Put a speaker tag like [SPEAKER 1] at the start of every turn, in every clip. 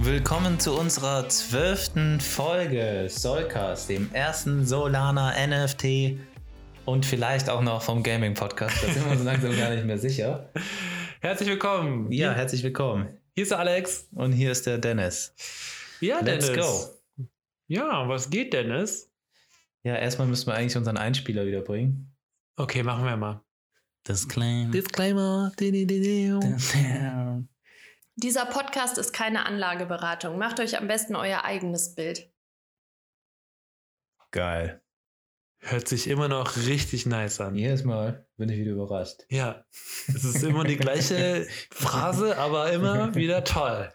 [SPEAKER 1] willkommen zu unserer zwölften Folge Solcast, dem ersten Solana NFT und vielleicht auch noch vom Gaming Podcast. Da sind wir uns langsam gar nicht mehr sicher.
[SPEAKER 2] Herzlich willkommen.
[SPEAKER 1] Ja, herzlich willkommen.
[SPEAKER 2] Hier ist der Alex.
[SPEAKER 1] Und hier ist der Dennis.
[SPEAKER 2] Ja,
[SPEAKER 1] Let's
[SPEAKER 2] Dennis.
[SPEAKER 1] go.
[SPEAKER 2] Ja, was geht, Dennis?
[SPEAKER 1] Ja, erstmal müssen wir eigentlich unseren Einspieler wieder bringen.
[SPEAKER 2] Okay, machen wir mal.
[SPEAKER 1] Das Claim.
[SPEAKER 2] Disclaimer.
[SPEAKER 3] Dieser Podcast ist keine Anlageberatung. Macht euch am besten euer eigenes Bild.
[SPEAKER 1] Geil.
[SPEAKER 2] Hört sich immer noch richtig nice an. Ja,
[SPEAKER 1] Jedes Mal bin ich wieder überrascht.
[SPEAKER 2] es ist immer die gleiche Phrase, aber immer wieder toll.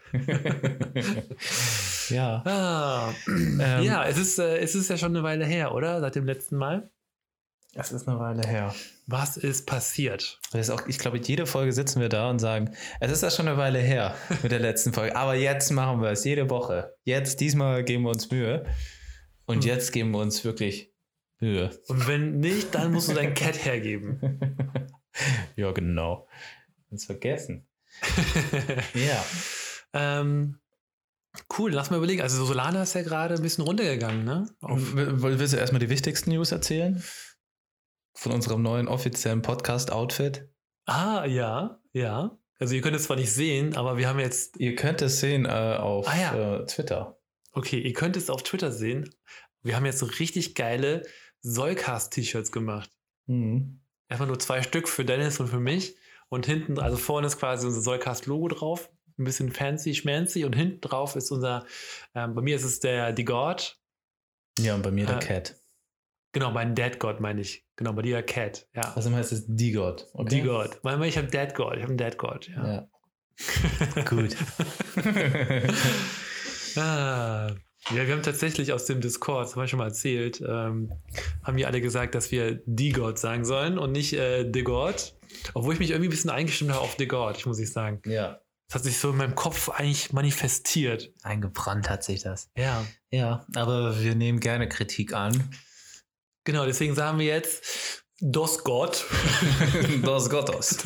[SPEAKER 1] ja.
[SPEAKER 2] Ah,
[SPEAKER 1] Ähm,
[SPEAKER 2] ja, es ist, äh, es ist ja schon eine Weile her, oder? Seit dem letzten Mal.
[SPEAKER 1] Das ist eine Weile her.
[SPEAKER 2] Was ist passiert?
[SPEAKER 1] Das ist auch, ich glaube, jede Folge sitzen wir da und sagen, es ist ja schon eine Weile her mit der letzten Folge, aber jetzt machen wir es, jede Woche. Jetzt, diesmal geben wir uns Mühe. Und
[SPEAKER 2] Hm.
[SPEAKER 1] jetzt geben wir uns wirklich Mühe.
[SPEAKER 2] Und wenn nicht, dann musst du dein Cat hergeben.
[SPEAKER 1] ja, genau. Ganz vergessen. Ja.
[SPEAKER 2] ähm, cool, lass mal überlegen. Also Solana ist ja gerade ein bisschen runtergegangen, ne? Auf
[SPEAKER 1] Willst du erstmal die wichtigsten News erzählen? Von unserem neuen offiziellen Podcast-Outfit?
[SPEAKER 2] Ah, ja, ja. Also ihr könnt es zwar nicht sehen, aber wir haben jetzt,
[SPEAKER 1] Ihr könnt es sehen äh, auf
[SPEAKER 2] Ah, ja.
[SPEAKER 1] äh, Twitter.
[SPEAKER 2] okay, ihr könnt es auf Twitter sehen. Wir haben jetzt so richtig geile Solcast-T-Shirts gemacht.
[SPEAKER 1] Mhm.
[SPEAKER 2] Einfach nur zwei Stück für Dennis und für mich. Und hinten, also vorne ist quasi unser Solcast-Logo drauf. Ein bisschen fancy, schmancy. Und hinten drauf ist unser, ähm, bei mir ist es der The God.
[SPEAKER 1] Ja, und bei mir der
[SPEAKER 2] Ah.
[SPEAKER 1] Cat.
[SPEAKER 2] Genau, mein Dead God meine ich. Genau, bei dir der Cat. Ja.
[SPEAKER 1] Also heißt es die God. Okay?
[SPEAKER 2] The God. Weil ich habe Dead God. Ich habe einen Dead God. Ja.
[SPEAKER 1] Ja. Gut.
[SPEAKER 2] Ah, ja, wir haben tatsächlich aus dem Discord, das haben wir schon mal erzählt, ähm, haben wir alle gesagt, dass wir die God sagen sollen und nicht äh, The God. Obwohl ich mich irgendwie ein bisschen eingestimmt habe auf The God, ich muss ich sagen.
[SPEAKER 1] ja.
[SPEAKER 2] Das hat sich so in meinem Kopf eigentlich manifestiert.
[SPEAKER 1] Eingebrannt hat sich das.
[SPEAKER 2] Ja,
[SPEAKER 1] Ja, aber wir nehmen gerne Kritik an.
[SPEAKER 2] genau, deswegen sagen wir jetzt Dos God.
[SPEAKER 1] Dos Gottos.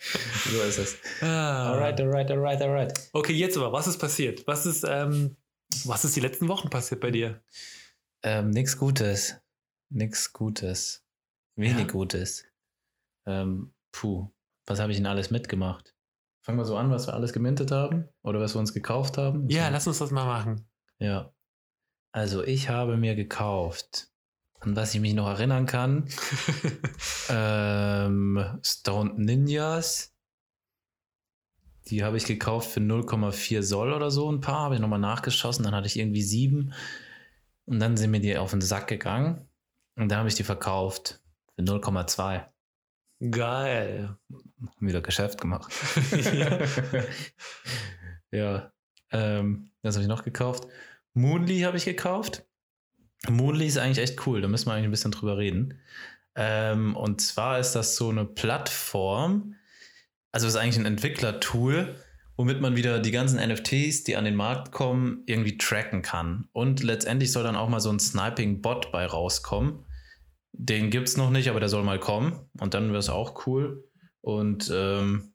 [SPEAKER 1] so ist es.
[SPEAKER 2] Ah.
[SPEAKER 1] Alright, alright, alright, alright.
[SPEAKER 2] Okay, jetzt aber, was ist passiert? Was ist, ähm, was ist die letzten Wochen passiert bei dir?
[SPEAKER 1] Ähm, nix Gutes. Nix Gutes. Wenig
[SPEAKER 2] Ja.
[SPEAKER 1] Gutes. Ähm, puh, was habe ich denn alles mitgemacht? Fangen wir so an, was wir alles gemintet haben oder was wir uns gekauft haben.
[SPEAKER 2] Ja,
[SPEAKER 1] So.
[SPEAKER 2] lass uns das mal machen.
[SPEAKER 1] Ja. Also ich habe mir gekauft, an was ich mich noch erinnern kann, ähm, Stone Ninjas. Die habe ich gekauft für 0,4 Soll oder so. Ein paar habe ich nochmal nachgeschossen. Dann hatte ich irgendwie sieben. Und dann sind mir die auf den Sack gegangen. Und dann habe ich die verkauft für 0,2.
[SPEAKER 2] Geil.
[SPEAKER 1] Wieder Geschäft gemacht.
[SPEAKER 2] ja.
[SPEAKER 1] ja. Ähm, das habe ich noch gekauft. Moonly habe ich gekauft. Moonly ist eigentlich echt cool, da müssen wir eigentlich ein bisschen drüber reden. Ähm, und zwar ist das so eine Plattform, also ist eigentlich ein Entwicklertool, womit man wieder die ganzen NFTs, die an den Markt kommen, irgendwie tracken kann. Und letztendlich soll dann auch mal so ein Sniping-Bot bei rauskommen. Den gibt es noch nicht, aber der soll mal kommen. Und dann wäre es auch cool. Und ähm,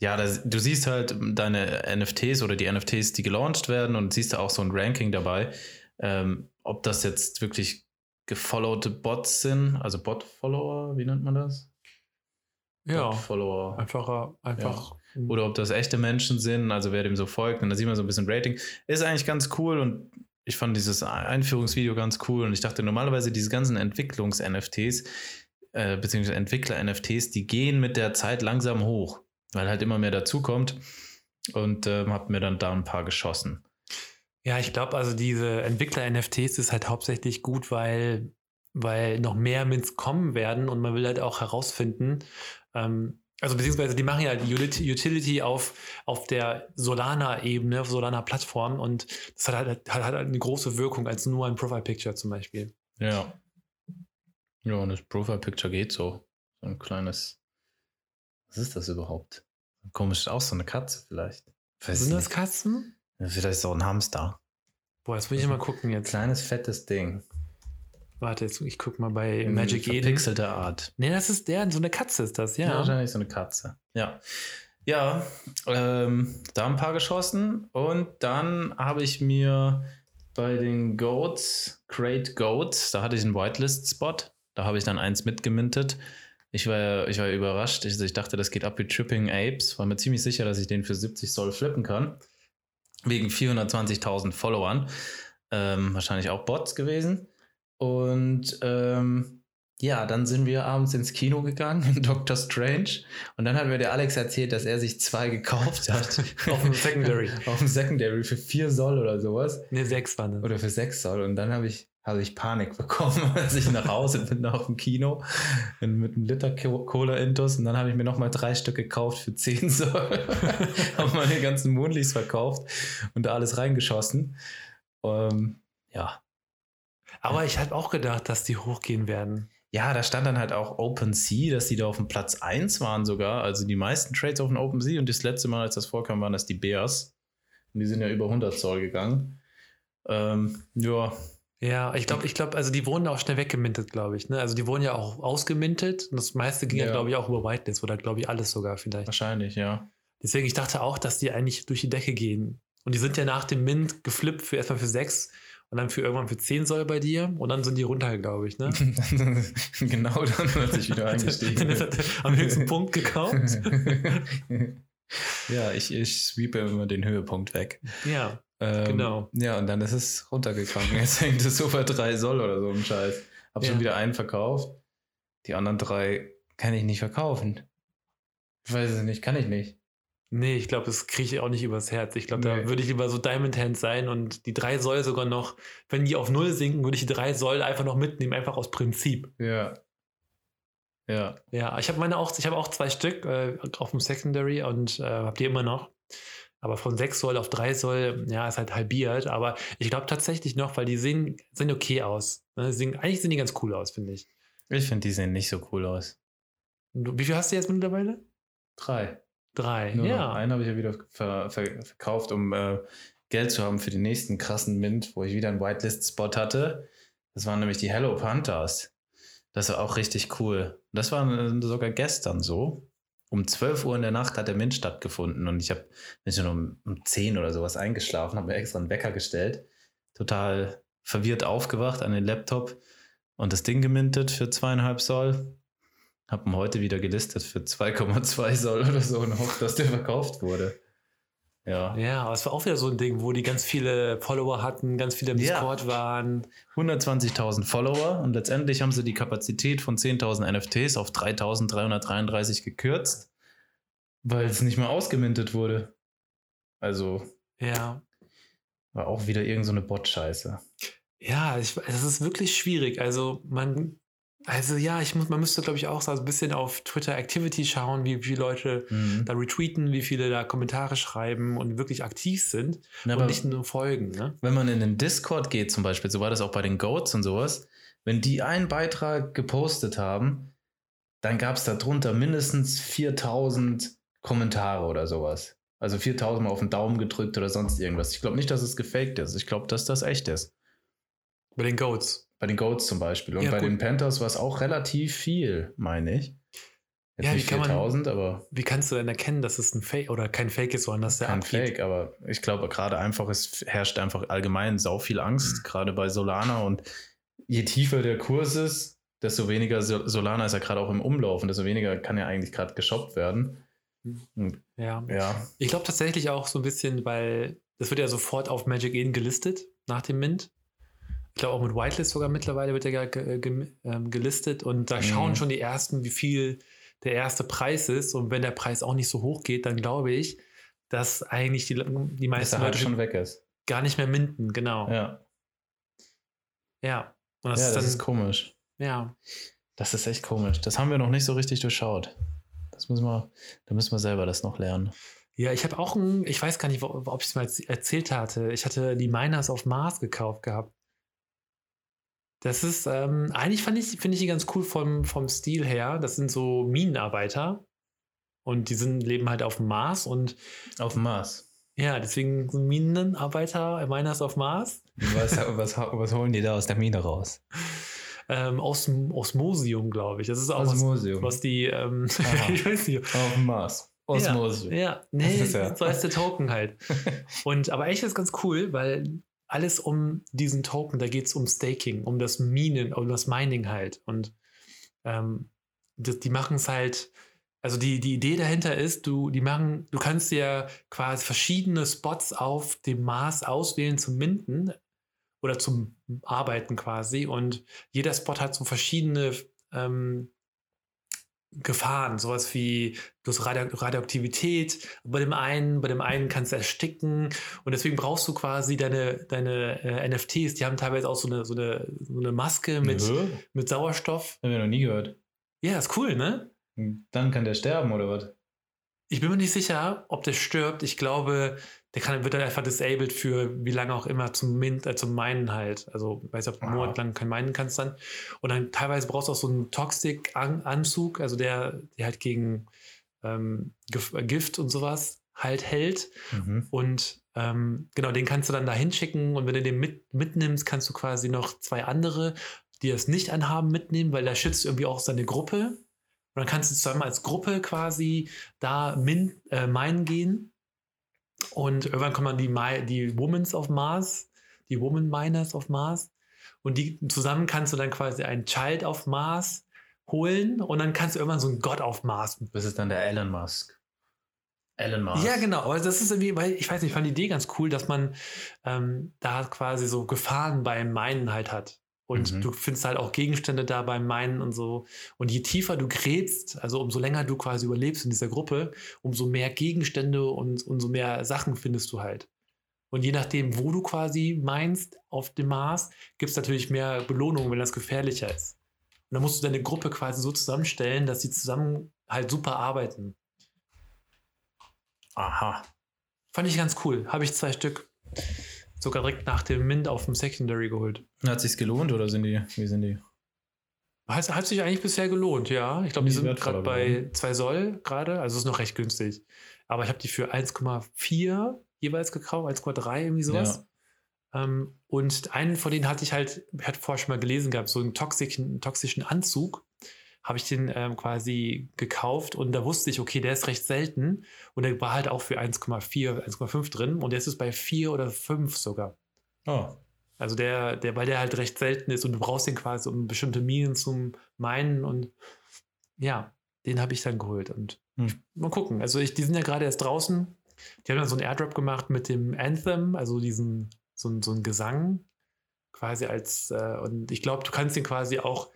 [SPEAKER 1] ja, da, du siehst halt deine NFTs oder die NFTs, die gelauncht werden und siehst da auch so ein Ranking dabei, ähm, ob das jetzt wirklich gefollowte Bots sind, also Bot-Follower, wie nennt man das?
[SPEAKER 2] ja.
[SPEAKER 1] Bot-Follower.
[SPEAKER 2] Einfacher, einfach. hm.
[SPEAKER 1] Oder ob das echte Menschen sind, also wer dem so folgt. Und da sieht man so ein bisschen Rating. Ist eigentlich ganz cool und ich fand dieses Einführungsvideo ganz cool und ich dachte normalerweise diese ganzen Entwicklungs-NFTs, äh, beziehungsweise Entwickler-NFTs, die gehen mit der Zeit langsam hoch, weil halt immer mehr dazukommt und ähm, habe mir dann da ein paar geschossen.
[SPEAKER 2] Ja, ich glaube, also diese Entwickler-NFTs ist halt hauptsächlich gut, weil, weil noch mehr Mints kommen werden und man will halt auch herausfinden, ähm, also beziehungsweise die machen ja die Ulit- Utility auf, auf der Solana-Ebene, auf Solana-Plattform und das hat halt, hat halt eine große Wirkung als nur ein Profile-Picture zum Beispiel.
[SPEAKER 1] Ja. Ja, und das Profile-Picture geht so. So ein kleines. Was ist das überhaupt? Komisch aus, so eine Katze vielleicht. Weiß
[SPEAKER 2] Sind das
[SPEAKER 1] nicht.
[SPEAKER 2] Katzen?
[SPEAKER 1] Vielleicht so ein Hamster.
[SPEAKER 2] Boah, jetzt will ich mal gucken jetzt.
[SPEAKER 1] Kleines, fettes Ding.
[SPEAKER 2] Warte, jetzt ich guck mal
[SPEAKER 1] Äh,
[SPEAKER 2] bei Magic Eden.
[SPEAKER 1] Verpixelte Art.
[SPEAKER 2] Nee, das ist der, so eine Katze ist das, ja.
[SPEAKER 1] Wahrscheinlich so eine Katze. Ja. Ja, ähm, da ein paar geschossen und dann habe ich mir bei den Goats, Great Goats, da hatte ich einen Whitelist-Spot, da habe ich dann eins mitgemintet. Ich war, ich war überrascht, ich, ich dachte, das geht ab wie Tripping Apes, war mir ziemlich sicher, dass ich den für 70 Soll flippen kann, wegen 420.000 Followern, ähm, wahrscheinlich auch Bots gewesen und ähm, ja, dann sind wir abends ins Kino gegangen, in Doctor Strange. Und dann hat mir der Alex erzählt, dass er sich zwei gekauft hat.
[SPEAKER 2] Auf dem Secondary.
[SPEAKER 1] Auf dem Secondary für vier Soll oder sowas.
[SPEAKER 2] Ne, sechs waren das.
[SPEAKER 1] Oder für sechs Soll. Und dann habe ich, habe ich Panik bekommen, als ich nach Hause bin, nach dem Kino. in- Mit einem Liter Ko- Cola-Intus. Und dann habe ich mir nochmal drei Stück gekauft für zehn Soll. habe meine ganzen Mondlies verkauft und da alles reingeschossen. Ähm, ja,
[SPEAKER 2] Aber ich habe auch gedacht, dass die hochgehen werden.
[SPEAKER 1] Ja, da stand dann halt auch OpenSea, dass die da auf dem Platz 1 waren sogar. Also die meisten Trades auf dem OpenSea und das letzte Mal, als das vorkam, waren das die Bears. Und die sind ja über 100 Zoll gegangen. Ähm, ja,
[SPEAKER 2] Ja, ich glaube, ich glaube, also die wurden auch schnell weggemintet, glaube ich. Ne? Also die wurden ja auch ausgemintet. Und das meiste ging ja,
[SPEAKER 1] Ja.
[SPEAKER 2] glaube ich, auch über Whitelist oder glaube ich alles sogar vielleicht.
[SPEAKER 1] wahrscheinlich, ja.
[SPEAKER 2] Deswegen, ich dachte auch, dass die eigentlich durch die Decke gehen. Und die sind ja nach dem Mint geflippt für erstmal für sechs und dann für irgendwann für zehn soll bei dir. Und dann sind die runter, glaube ich. Ne?
[SPEAKER 1] genau dann, als ich wieder eingestiegen
[SPEAKER 2] Dennis
[SPEAKER 1] bin.
[SPEAKER 2] hat am höchsten Punkt gekauft.
[SPEAKER 1] ja, ich, ich sweepe immer den Höhepunkt weg.
[SPEAKER 2] ja,
[SPEAKER 1] Ähm,
[SPEAKER 2] Genau.
[SPEAKER 1] Ja, und dann ist es runtergegangen. Jetzt hängt es so bei 3 Soll oder so ein Scheiß. Hab
[SPEAKER 2] Ja.
[SPEAKER 1] schon wieder einen verkauft. Die anderen drei kann ich nicht verkaufen. Ich weiß es nicht, kann ich nicht.
[SPEAKER 2] nee, ich glaube, das kriege ich auch nicht übers Herz. Ich glaube,
[SPEAKER 1] Nee.
[SPEAKER 2] da würde ich lieber so Diamond Hand sein und die drei Soll sogar noch, wenn die auf Null sinken, würde ich die drei Soll einfach noch mitnehmen, einfach aus Prinzip.
[SPEAKER 1] Ja. Ja.
[SPEAKER 2] Ja, ich habe meine auch, ich habe auch zwei Stück äh, auf dem Secondary und äh, habe die immer noch. Aber von 6 Soll auf 3 Soll, ja, ist halt halbiert. Aber ich glaube tatsächlich noch, weil die sehen, sehen okay aus. Ne? Sie Sehen, eigentlich sehen die ganz cool aus, finde ich.
[SPEAKER 1] Ich finde, die sehen nicht so cool aus.
[SPEAKER 2] Und Du, wie viel hast du jetzt mittlerweile?
[SPEAKER 1] Drei.
[SPEAKER 2] Drei.
[SPEAKER 1] Nur noch
[SPEAKER 2] ja.
[SPEAKER 1] einen habe ich ja wieder ver ver verkauft, um äh, Geld zu haben für den nächsten krassen Mint, wo ich wieder einen Whitelist-Spot hatte. Das waren nämlich die Hello Panthers. Das war auch richtig cool. Das war äh, sogar gestern so. Um 12 Uhr in der Nacht hat der Mint stattgefunden und ich habe bin schon um, um 10 oder sowas eingeschlafen, habe mir extra einen Wecker gestellt. Total verwirrt aufgewacht an den Laptop und das Ding gemintet für zweieinhalb Soll. Hab ihn heute wieder gelistet für 2,2 Soll oder so und hoffe, dass der verkauft wurde. Ja.
[SPEAKER 2] Ja, aber es war auch wieder so ein Ding, wo die ganz viele Follower hatten, ganz viele im
[SPEAKER 1] Ja.
[SPEAKER 2] Discord waren.
[SPEAKER 1] 120.000 Follower und letztendlich haben sie die Kapazität von 10.000 NFTs auf 3.333 gekürzt, weil es nicht mehr ausgemintet wurde. Also
[SPEAKER 2] Ja.
[SPEAKER 1] war auch wieder irgend so eine Bot-Scheiße.
[SPEAKER 2] Ja, ich, das ist wirklich schwierig. Also man, also ja, ich muss, man müsste, glaube ich, auch so ein bisschen auf Twitter Activity schauen, wie viele Leute
[SPEAKER 1] Mhm.
[SPEAKER 2] da retweeten, wie viele da Kommentare schreiben und wirklich aktiv sind
[SPEAKER 1] Na,
[SPEAKER 2] und
[SPEAKER 1] aber
[SPEAKER 2] nicht nur folgen. Ne?
[SPEAKER 1] wenn man in den Discord geht zum Beispiel, so war das auch bei den Goats und sowas, wenn die einen Beitrag gepostet haben, dann gab es darunter mindestens 4000 Kommentare oder sowas. Also 4000 mal auf den Daumen gedrückt oder sonst irgendwas. Ich glaube nicht, dass es gefaked ist. Ich glaube, dass das echt ist.
[SPEAKER 2] Bei den Goats.
[SPEAKER 1] Bei den Goats zum Beispiel. Und
[SPEAKER 2] Ja,
[SPEAKER 1] bei
[SPEAKER 2] gut.
[SPEAKER 1] den Panthers war es auch relativ viel, meine ich. Jetzt
[SPEAKER 2] Ja,
[SPEAKER 1] nicht
[SPEAKER 2] wie kann man-
[SPEAKER 1] 4000, aber
[SPEAKER 2] Wie kannst du denn erkennen, dass es ein Fake oder kein Fake ist, sondern dass der
[SPEAKER 1] kein
[SPEAKER 2] abgeht?
[SPEAKER 1] Fake. Aber ich glaube, gerade einfach, es herrscht einfach allgemein sau viel
[SPEAKER 2] Mhm.
[SPEAKER 1] Angst, gerade bei Solana. Und je tiefer der Kurs ist, desto weniger Sol- Solana ist ja gerade auch im Umlauf und desto weniger kann ja eigentlich gerade geshoppt werden.
[SPEAKER 2] Ja.
[SPEAKER 1] Ja,
[SPEAKER 2] Ich glaube tatsächlich auch so ein bisschen, weil das wird ja sofort auf Magic Eden gelistet nach dem Mint. Ich glaube auch mit Whitelist sogar mittlerweile wird ja ge ge ähm, gelistet und da
[SPEAKER 1] Mhm.
[SPEAKER 2] schauen schon die ersten, wie viel der erste Preis ist und wenn der Preis auch nicht so hoch geht, dann glaube ich, dass eigentlich die, die
[SPEAKER 1] dass er
[SPEAKER 2] meisten
[SPEAKER 1] halt
[SPEAKER 2] Leute
[SPEAKER 1] schon weg ist.
[SPEAKER 2] gar nicht mehr minten, genau.
[SPEAKER 1] Ja, ja
[SPEAKER 2] Ja. Und das
[SPEAKER 1] das
[SPEAKER 2] ist dann,
[SPEAKER 1] ist komisch.
[SPEAKER 2] ja.
[SPEAKER 1] Das ist echt komisch. Das haben wir noch nicht so richtig durchschaut. Das müssen wir, da müssen wir selber das noch lernen.
[SPEAKER 2] Ja, ich habe auch ein, ich weiß gar nicht, wo- ob ich es mal erz- erzählt hatte. Ich hatte die Miners auf Mars gekauft gehabt. Das ist, ähm, eigentlich fand ich, finde ich die ganz cool vom, vom Stil her. Das sind so Minenarbeiter. Und die sind, leben halt auf dem Mars. Und
[SPEAKER 1] Auf dem Mars.
[SPEAKER 2] ja, deswegen sind Minenarbeiter, äh, Miners auf Mars.
[SPEAKER 1] Was, was, was holen die da aus der Mine raus?
[SPEAKER 2] Ähm, aus, dem- aus Mosium, glaube ich. Das ist auch
[SPEAKER 1] Aus dem
[SPEAKER 2] was,
[SPEAKER 1] Museum.
[SPEAKER 2] was die, ähm,
[SPEAKER 1] Aha.
[SPEAKER 2] ich weiß nicht,
[SPEAKER 1] Auf dem Mars. Osmose.
[SPEAKER 2] Ja, nee,
[SPEAKER 1] Das ist ja-
[SPEAKER 2] so heißt der Token halt. Und aber eigentlich ist es ganz cool, weil alles um diesen Token, da geht es um Staking, um das Minen, um das Mining halt. Und ähm, das, die machen es halt, also die, die Idee dahinter ist, du, die machen, du kannst dir quasi verschiedene Spots auf dem Mars auswählen zum Minden oder zum Arbeiten quasi. Und jeder Spot hat so verschiedene ähm, Gefahren, sowas wie bloß Radio Radioaktivität. Bei dem einen, bei dem einen kannst du ersticken. Und deswegen brauchst du quasi deine, deine äh, NFTs, die haben teilweise auch so eine, so eine, so eine Maske mit,
[SPEAKER 1] Nö,
[SPEAKER 2] mit Sauerstoff.
[SPEAKER 1] Haben wir noch nie gehört.
[SPEAKER 2] Ja, ist cool, ne?
[SPEAKER 1] Dann kann der sterben oder was?
[SPEAKER 2] Ich bin mir nicht sicher, ob der stirbt. Ich glaube, der kann, wird dann einfach disabled für wie lange auch immer zum, Mint, äh, zum Minen halt. Also, weiß nicht, ob du einen
[SPEAKER 1] Wow.
[SPEAKER 2] Monat lang kein Minen kannst dann. Und dann teilweise brauchst du auch so einen Toxic-Anzug, also der, der halt gegen ähm, Gif- äh, Gift und sowas halt hält.
[SPEAKER 1] Mhm.
[SPEAKER 2] Und ähm, genau, den kannst du dann da hinschicken und wenn du den mit, mitnimmst, kannst du quasi noch zwei andere, die das nicht anhaben, mitnehmen, weil da schützt irgendwie auch seine Gruppe. Und dann kannst du zusammen als Gruppe quasi da min, äh, minen gehen. Und irgendwann kommen dann die, Mi- die Womans auf Mars, die Woman Miners auf Mars. Und die zusammen kannst du dann quasi einen Child auf Mars holen und dann kannst du irgendwann so einen Gott auf Mars
[SPEAKER 1] Das ist dann der Elon Musk. Elon Musk.
[SPEAKER 2] ja, genau. Aber das ist irgendwie, weil ich weiß nicht, ich fand die Idee ganz cool, dass man ähm, da quasi so Gefahren beim Minen halt hat. Und
[SPEAKER 1] Mhm.
[SPEAKER 2] du findest halt auch Gegenstände da beim Minen und so. Und je tiefer du gräbst, also umso länger du quasi überlebst in dieser Gruppe, umso mehr Gegenstände und umso mehr Sachen findest du halt. Und je nachdem, wo du quasi meinst auf dem Mars, gibt es natürlich mehr Belohnungen, wenn das gefährlicher ist. Und dann musst du deine Gruppe quasi so zusammenstellen, dass sie zusammen halt super arbeiten.
[SPEAKER 1] Aha.
[SPEAKER 2] Fand ich ganz cool. Habe ich zwei Stück sogar direkt nach dem Mint auf dem Secondary geholt.
[SPEAKER 1] Hat sich's gelohnt oder sind die? Wie sind die?
[SPEAKER 2] Hat, hat sich eigentlich bisher gelohnt, ja. Ich glaube, die
[SPEAKER 1] Die
[SPEAKER 2] sind gerade
[SPEAKER 1] wertvoller
[SPEAKER 2] bei
[SPEAKER 1] geworden.
[SPEAKER 2] 2 Soll gerade, also ist noch recht günstig. Aber ich habe die für 1,4 jeweils gekauft, 1,3 irgendwie sowas. Ähm, und einen von denen hatte ich halt, ich hatte vorher schon mal gelesen gehabt, so einen toxischen, toxischen Anzug. Habe ich den ähm, quasi gekauft und da wusste ich, okay, der ist recht selten und der war halt auch für 1,4, 1,5 drin und jetzt ist bei 4 oder 5 sogar.
[SPEAKER 1] Oh.
[SPEAKER 2] Also der, der, weil der halt recht selten ist und du brauchst den quasi, um bestimmte Minen zu meinen und ja, den habe ich dann geholt und
[SPEAKER 1] Hm.
[SPEAKER 2] mal gucken. Also ich, die sind ja gerade erst draußen. Die haben dann so einen Airdrop gemacht mit dem Anthem, also diesen, so, ein- so ein Gesang quasi als, äh, und ich glaube, du kannst den quasi auch,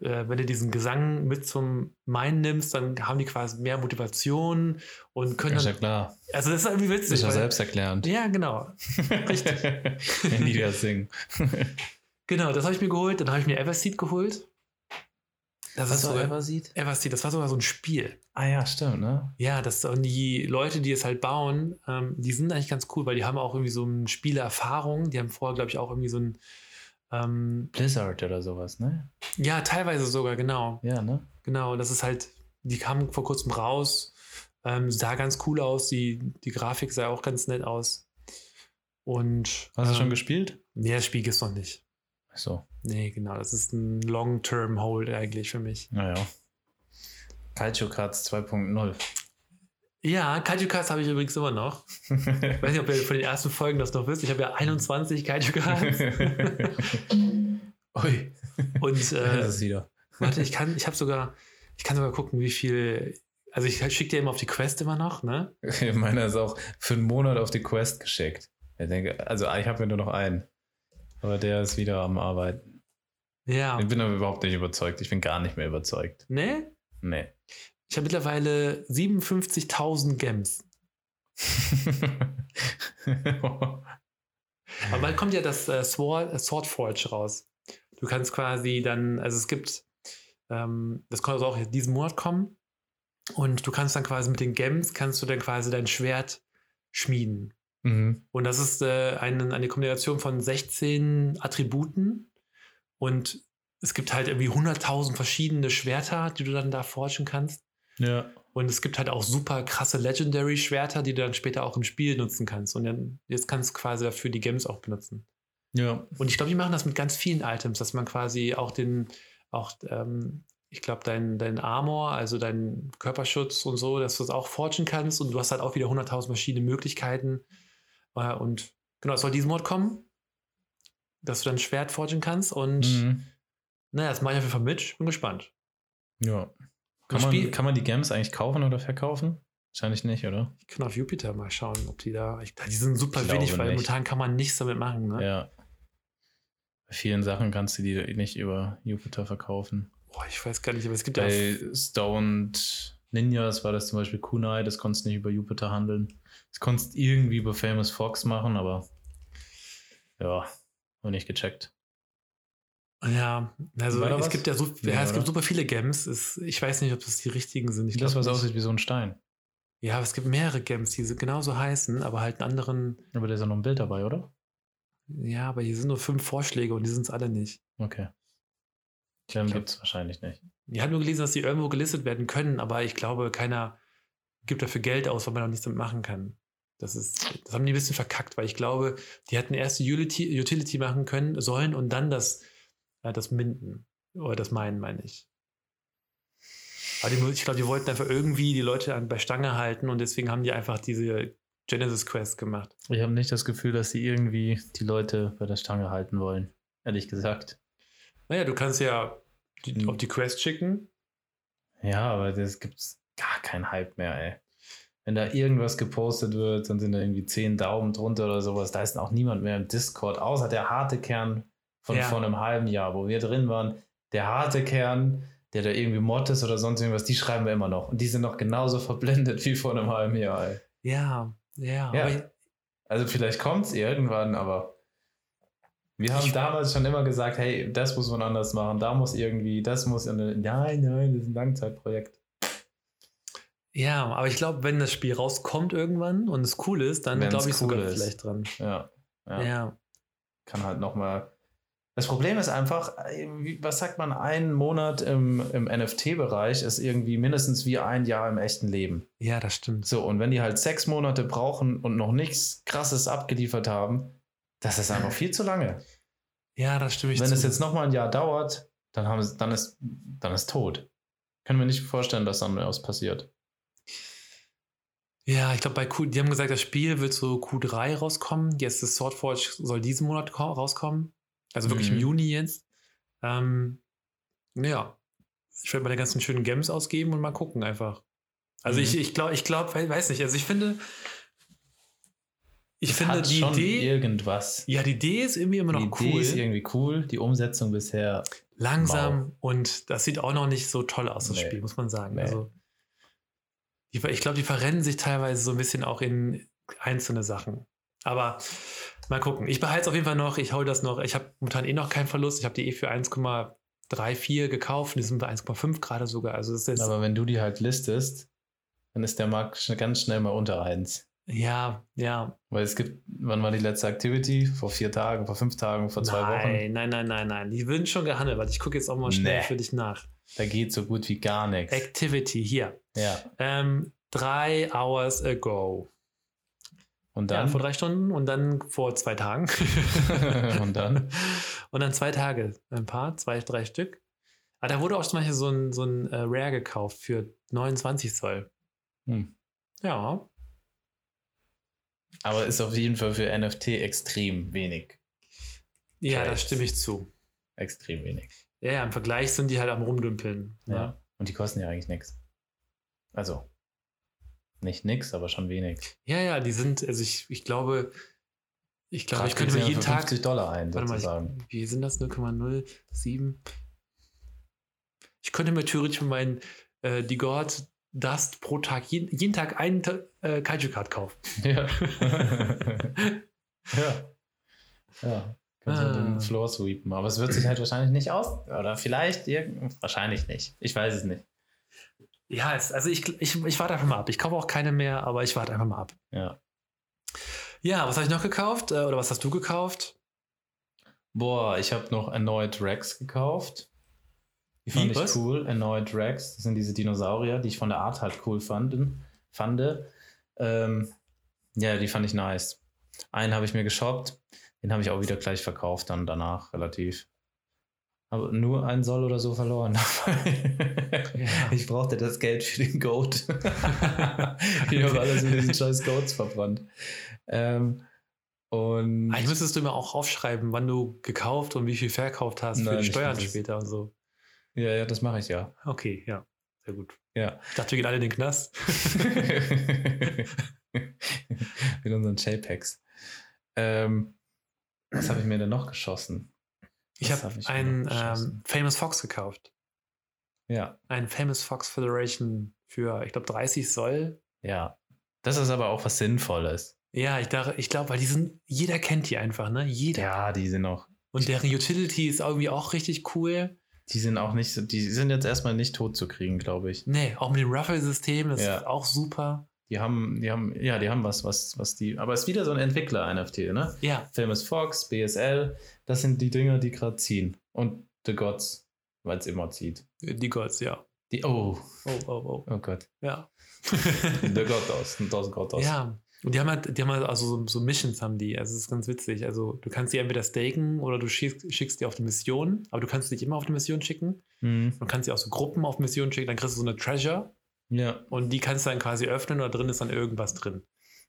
[SPEAKER 2] äh, wenn du diesen Gesang mit zum Meinen nimmst, dann haben die quasi mehr Motivation und können
[SPEAKER 1] Ist ja
[SPEAKER 2] dann,
[SPEAKER 1] klar.
[SPEAKER 2] also das ist irgendwie
[SPEAKER 1] Das
[SPEAKER 2] witzig.
[SPEAKER 1] ist ja
[SPEAKER 2] weil-
[SPEAKER 1] selbsterklärend.
[SPEAKER 2] ja, genau. richtig.
[SPEAKER 1] Wenn die das singen.
[SPEAKER 2] Genau, das habe ich mir geholt. Dann habe ich mir Everseed geholt. Das ist sogar,
[SPEAKER 1] sieht?
[SPEAKER 2] Everseed, das war sogar so ein Spiel.
[SPEAKER 1] Ah ja, stimmt, ne?
[SPEAKER 2] Ja, das und die Leute, die es halt bauen, ähm, die sind eigentlich ganz cool, weil die haben auch irgendwie so eine Spielerfahrung. Die haben vorher, glaube ich, auch irgendwie so ein ähm,
[SPEAKER 1] Blizzard oder sowas, ne?
[SPEAKER 2] ja teilweise sogar genau,
[SPEAKER 1] Ja, ne?
[SPEAKER 2] genau. Das ist halt, die kamen vor kurzem raus, ähm, sah ganz cool aus, die die Grafik sah auch ganz nett aus. Und
[SPEAKER 1] Hast du
[SPEAKER 2] ähm,
[SPEAKER 1] schon gespielt?
[SPEAKER 2] Nee, das Spiel gibt's noch nicht.
[SPEAKER 1] Ach So,
[SPEAKER 2] Nee, genau. Das ist ein Long-Term-Hold eigentlich für mich.
[SPEAKER 1] naja. Calcio Cards 2.0.
[SPEAKER 2] Ja, Kajukas habe ich übrigens immer noch. Ich weiß nicht, ob ihr von den ersten Folgen das noch wisst. Ich habe ja 21 Kajukas.
[SPEAKER 1] Ui,
[SPEAKER 2] Und
[SPEAKER 1] das
[SPEAKER 2] äh,
[SPEAKER 1] ist wieder.
[SPEAKER 2] warte, ich kann, ich habe sogar, ich kann sogar gucken, wie viel. Also ich schicke dir immer auf die Quest immer noch, ne?
[SPEAKER 1] Meiner ist auch für einen Monat auf die Quest geschickt. Ich denke, also ich habe mir nur noch einen. Aber der ist wieder am Arbeiten.
[SPEAKER 2] Ja.
[SPEAKER 1] Ich bin aber überhaupt nicht überzeugt. Ich bin gar nicht mehr überzeugt.
[SPEAKER 2] Ne?
[SPEAKER 1] Nee.
[SPEAKER 2] Ich habe mittlerweile 57.000 Gems. Aber bald kommt ja das äh, Sword, äh, Swordforge raus. Du kannst quasi dann, also es gibt, ähm, das kann also auch diesen Monat kommen. Und du kannst dann quasi mit den Gems, kannst du dann quasi dein Schwert schmieden.
[SPEAKER 1] mhm.
[SPEAKER 2] Und das ist äh, eine, eine Kombination von 16 Attributen. Und es gibt halt irgendwie 100.000 verschiedene Schwerter, die du dann da forschen kannst.
[SPEAKER 1] Ja.
[SPEAKER 2] Und es gibt halt auch super krasse Legendary-Schwerter, die du dann später auch im Spiel nutzen kannst. Und dann, jetzt kannst du quasi dafür die Gems auch benutzen.
[SPEAKER 1] Ja.
[SPEAKER 2] Und ich glaube, die machen das mit ganz vielen Items, dass man quasi auch den, auch ähm, ich glaube, dein, dein Armor, also dein Körperschutz und so, dass du das auch forgen kannst und du hast halt auch wieder 100.000 verschiedene Möglichkeiten. Äh, und genau, es soll diesen Mod kommen, dass du dein Schwert forgen kannst und
[SPEAKER 1] Mhm.
[SPEAKER 2] naja, das mache ich auf jeden Fall mit. Ich bin gespannt.
[SPEAKER 1] Ja. Kann
[SPEAKER 2] Spiel-
[SPEAKER 1] man, kann man die Gems eigentlich kaufen oder verkaufen? Wahrscheinlich nicht, oder?
[SPEAKER 2] Ich kann auf Jupiter mal schauen, ob die da. Ich, die sind super
[SPEAKER 1] Ich
[SPEAKER 2] wenig,
[SPEAKER 1] glaube
[SPEAKER 2] weil
[SPEAKER 1] nicht.
[SPEAKER 2] momentan kann man nichts damit machen. Ne?
[SPEAKER 1] Ja. Bei vielen Sachen kannst du die nicht über Jupiter verkaufen.
[SPEAKER 2] Boah, ich weiß gar nicht, aber es gibt ja.
[SPEAKER 1] Bei Stoned Ninjas war das zum Beispiel Kunai, das konntest du nicht über Jupiter handeln. Das konntest du irgendwie über Famous Fox machen, aber ja, noch nicht gecheckt.
[SPEAKER 2] Ja, also
[SPEAKER 1] War da
[SPEAKER 2] es
[SPEAKER 1] was?
[SPEAKER 2] gibt ja, so,
[SPEAKER 1] Nee,
[SPEAKER 2] ja, es gibt
[SPEAKER 1] oder?
[SPEAKER 2] super viele Gems. Es, ich weiß nicht, ob das die richtigen sind. Ich
[SPEAKER 1] das,
[SPEAKER 2] glaub
[SPEAKER 1] was
[SPEAKER 2] nicht.
[SPEAKER 1] aussieht wie so ein Stein.
[SPEAKER 2] Ja, aber es gibt mehrere Gems, die so- genauso heißen, aber halt einen anderen.
[SPEAKER 1] Aber da ist auch noch ein Bild dabei, oder?
[SPEAKER 2] Ja, aber hier sind nur fünf Vorschläge und die sind es alle nicht.
[SPEAKER 1] Okay. Dann
[SPEAKER 2] glaub-
[SPEAKER 1] gibt es wahrscheinlich nicht.
[SPEAKER 2] Ich habe nur gelesen, dass die irgendwo gelistet werden können, aber ich glaube, keiner gibt dafür Geld aus, weil man auch nichts damit machen kann. Das ist, das haben die ein bisschen verkackt, weil ich glaube, die hätten erst die Utility, Utility machen können, sollen und dann das, äh, das Minden. Oder das Meinen, meine ich. Aber die, ich glaube, die wollten einfach irgendwie die Leute an, bei Stange halten und deswegen haben die einfach diese Genesis Quest gemacht.
[SPEAKER 1] Ich habe nicht das Gefühl, dass sie irgendwie die Leute bei der Stange halten wollen. Ehrlich gesagt.
[SPEAKER 2] Naja, du kannst ja die,
[SPEAKER 1] Mhm.
[SPEAKER 2] auf die Quest schicken.
[SPEAKER 1] Ja, aber das gibt's gar keinen Hype mehr, ey. Wenn da irgendwas gepostet wird, dann sind da irgendwie zehn Daumen drunter oder sowas. Da ist auch niemand mehr im Discord, außer der harte Kern von
[SPEAKER 2] Ja.
[SPEAKER 1] vor einem halben Jahr, wo wir drin waren. Der harte Kern, der da irgendwie Mod ist oder sonst irgendwas, die schreiben wir immer noch. Und die sind noch genauso verblendet wie vor einem halben Jahr, ey.
[SPEAKER 2] Ja, ja.
[SPEAKER 1] Ja.
[SPEAKER 2] Aber,
[SPEAKER 1] Also vielleicht kommt es irgendwann, aber wir haben
[SPEAKER 2] Ich-
[SPEAKER 1] damals schon immer gesagt, hey, das muss man anders machen, da muss irgendwie, das muss. in der- Nein, nein, das ist ein Langzeitprojekt.
[SPEAKER 2] Ja, aber ich glaube, wenn das Spiel rauskommt irgendwann und es cool ist, dann
[SPEAKER 1] Wenn's
[SPEAKER 2] glaube ich
[SPEAKER 1] cool
[SPEAKER 2] sogar
[SPEAKER 1] ist.
[SPEAKER 2] vielleicht dran.
[SPEAKER 1] Ja.
[SPEAKER 2] Ja.
[SPEAKER 1] Kann halt nochmal. Das Problem ist einfach, äh, wie- was sagt man, ein Monat im, im NFT-Bereich ist irgendwie mindestens wie ein Jahr im echten Leben.
[SPEAKER 2] ja, das stimmt.
[SPEAKER 1] So, und wenn die halt sechs Monate brauchen und noch nichts Krasses abgeliefert haben, das ist einfach viel zu lange.
[SPEAKER 2] Ja, das stimme ich
[SPEAKER 1] wenn
[SPEAKER 2] zu.
[SPEAKER 1] es jetzt nochmal ein Jahr dauert, dann, haben, sie- dann, ist, dann ist tot. Können wir nicht vorstellen, dass dann was passiert.
[SPEAKER 2] ja, ich glaube, bei Q, die haben gesagt, das Spiel wird so Q3 rauskommen. Jetzt ist Swordforge soll diesen Monat ko- rauskommen. Also wirklich im
[SPEAKER 1] Mhm.
[SPEAKER 2] Juni jetzt. Ähm, ja, ich werde meine ganzen schönen Gems ausgeben und mal gucken einfach. Also
[SPEAKER 1] Mhm.
[SPEAKER 2] ich, ich glaube, ich glaube, weiß nicht. Also ich finde, ich
[SPEAKER 1] Das
[SPEAKER 2] finde
[SPEAKER 1] hat
[SPEAKER 2] die
[SPEAKER 1] schon
[SPEAKER 2] Idee,
[SPEAKER 1] irgendwas.
[SPEAKER 2] ja, die Idee ist irgendwie immer noch
[SPEAKER 1] die
[SPEAKER 2] cool.
[SPEAKER 1] Idee ist irgendwie cool, die Umsetzung bisher.
[SPEAKER 2] langsam und das sieht auch noch nicht so toll aus, das
[SPEAKER 1] Nee.
[SPEAKER 2] Spiel, muss man sagen.
[SPEAKER 1] Nee.
[SPEAKER 2] Also, die, ich glaube, die verrennen sich teilweise so ein bisschen auch in einzelne Sachen. Aber mal gucken. Ich behalte es auf jeden Fall noch. Ich hole das noch. Ich habe momentan eh noch keinen Verlust. Ich habe die eh für 1,34 gekauft. Die sind bei 1,5 gerade sogar. Also, das ist
[SPEAKER 1] Aber wenn du die halt listest, dann ist der Markt schn- ganz schnell mal unter eins.
[SPEAKER 2] ja, ja.
[SPEAKER 1] Weil es gibt, wann war die letzte Activity? Vor vier Tagen, vor fünf Tagen, vor zwei
[SPEAKER 2] nein,
[SPEAKER 1] Wochen.
[SPEAKER 2] nein, nein, nein, nein. Die würden schon gehandelt. Warte, ich gucke jetzt auch mal schnell
[SPEAKER 1] Nee.
[SPEAKER 2] für dich nach.
[SPEAKER 1] Da geht so gut wie gar nichts.
[SPEAKER 2] Activity hier.
[SPEAKER 1] Ja.
[SPEAKER 2] Ähm, drei hours ago.
[SPEAKER 1] Und
[SPEAKER 2] Ja,
[SPEAKER 1] dann?
[SPEAKER 2] vor drei Stunden und dann vor zwei Tagen.
[SPEAKER 1] und dann?
[SPEAKER 2] und dann zwei Tage. Ein paar, zwei, drei Stück. Aber da wurde auch zum Beispiel so ein, so ein äh, Rare gekauft für 29 Zoll.
[SPEAKER 1] Hm.
[SPEAKER 2] Ja.
[SPEAKER 1] Aber ist auf jeden Fall für NFT extrem wenig.
[SPEAKER 2] Ja,
[SPEAKER 1] Okay.
[SPEAKER 2] da stimme ich zu.
[SPEAKER 1] Extrem wenig.
[SPEAKER 2] Ja, ja, im Vergleich sind die halt am rumdümpeln.
[SPEAKER 1] Ja.
[SPEAKER 2] ne? Ja.
[SPEAKER 1] Und die kosten ja eigentlich nichts. Also, nicht nix, aber schon wenig.
[SPEAKER 2] ja, ja, die sind, also ich, ich glaube, ich glaube,
[SPEAKER 1] Gerade
[SPEAKER 2] ich könnte
[SPEAKER 1] kriegen
[SPEAKER 2] mir
[SPEAKER 1] sie
[SPEAKER 2] jeden
[SPEAKER 1] ja für
[SPEAKER 2] Tag.
[SPEAKER 1] 50 Dollar ein,
[SPEAKER 2] Warte mal,
[SPEAKER 1] sozusagen.
[SPEAKER 2] ich, wie sind das? 0,07? Ich könnte mir theoretisch für meinen äh, die God Dust pro Tag, jeden, jeden Tag einen Ta- äh, Kaiju-Card kaufen.
[SPEAKER 1] Ja. ja. Ja. Kannst du
[SPEAKER 2] Ah.
[SPEAKER 1] den Floor sweepen. Aber es wird sich halt wahrscheinlich nicht aus. Oder vielleicht irgend. Wahrscheinlich nicht. Ich weiß es nicht.
[SPEAKER 2] Ja, es, also ich, ich, ich warte einfach mal ab. Ich kaufe auch keine mehr, aber ich warte einfach mal ab.
[SPEAKER 1] Ja.
[SPEAKER 2] Ja, was habe ich noch gekauft? Äh, Oder was hast du gekauft?
[SPEAKER 1] Boah, ich habe noch Annoyed Rex gekauft. Die
[SPEAKER 2] Wie,
[SPEAKER 1] fand ich
[SPEAKER 2] was?
[SPEAKER 1] cool. Annoyed Rex. Das sind diese Dinosaurier, die ich von der Art halt cool fand. fand. Ähm, ja, die fand ich nice. Einen habe ich mir geshoppt. Den habe ich auch wieder gleich verkauft, dann danach relativ. aber nur ein Soll oder so verloren dabei. Ich brauchte das Geld für den Goat. ich habe alles in diesen scheiß Goats verbrannt. Ähm, und
[SPEAKER 2] Eigentlich müsstest du immer auch aufschreiben, wann du gekauft und wie viel verkauft hast
[SPEAKER 1] Nein,
[SPEAKER 2] für die
[SPEAKER 1] ich
[SPEAKER 2] Steuern
[SPEAKER 1] mach das.
[SPEAKER 2] später und so.
[SPEAKER 1] ja, ja, das mache ich ja.
[SPEAKER 2] Okay, ja. Sehr gut.
[SPEAKER 1] Ja.
[SPEAKER 2] Ich dachte, wir gehen alle in den Knast.
[SPEAKER 1] Mit unseren JPEGs. Ähm, was habe ich mir denn noch geschossen?
[SPEAKER 2] Ich
[SPEAKER 1] Das
[SPEAKER 2] habe
[SPEAKER 1] hab ich mir
[SPEAKER 2] einen
[SPEAKER 1] noch
[SPEAKER 2] ähm,
[SPEAKER 1] geschossen.
[SPEAKER 2] Famous Fox gekauft.
[SPEAKER 1] Ja,
[SPEAKER 2] Einen Famous Fox Federation für, ich glaube, 30 Soll.
[SPEAKER 1] ja. Das ist aber auch was Sinnvolles.
[SPEAKER 2] Ja, ich, dachte- ich glaube, weil die sind, jeder kennt die einfach, ne? Jeder.
[SPEAKER 1] Ja, die sind auch,
[SPEAKER 2] Und deren Utility ist irgendwie auch richtig cool.
[SPEAKER 1] die sind auch nicht, so- die sind jetzt erstmal nicht tot zu kriegen, glaube ich.
[SPEAKER 2] Nee, Ne, auch mit dem Raffle-System, das
[SPEAKER 1] Ja.
[SPEAKER 2] ist auch super.
[SPEAKER 1] Die haben, die haben, ja, die haben was, was, was die, aber es ist wieder so ein Entwickler-NFT, ne?
[SPEAKER 2] Ja,
[SPEAKER 1] Famous Fox, BSL, das sind die Dinger, die gerade ziehen. Und The Gods, weil es immer zieht.
[SPEAKER 2] die Gods, ja.
[SPEAKER 1] Die, oh,
[SPEAKER 2] Oh, oh, oh.
[SPEAKER 1] oh Gott.
[SPEAKER 2] Ja.
[SPEAKER 1] The Godos, Dos Godos.
[SPEAKER 2] Ja. Und die haben halt, die haben halt also so, so Missions haben die. Also es ist ganz witzig. Also du kannst die entweder staken oder du schickst, schickst die auf die Mission, aber du kannst dich immer auf die Mission schicken.
[SPEAKER 1] Mhm.
[SPEAKER 2] Man kann sie auch so Gruppen auf Missionen schicken, dann kriegst du so eine Treasure
[SPEAKER 1] Ja,
[SPEAKER 2] und die kannst du dann quasi öffnen und da drin ist dann irgendwas drin.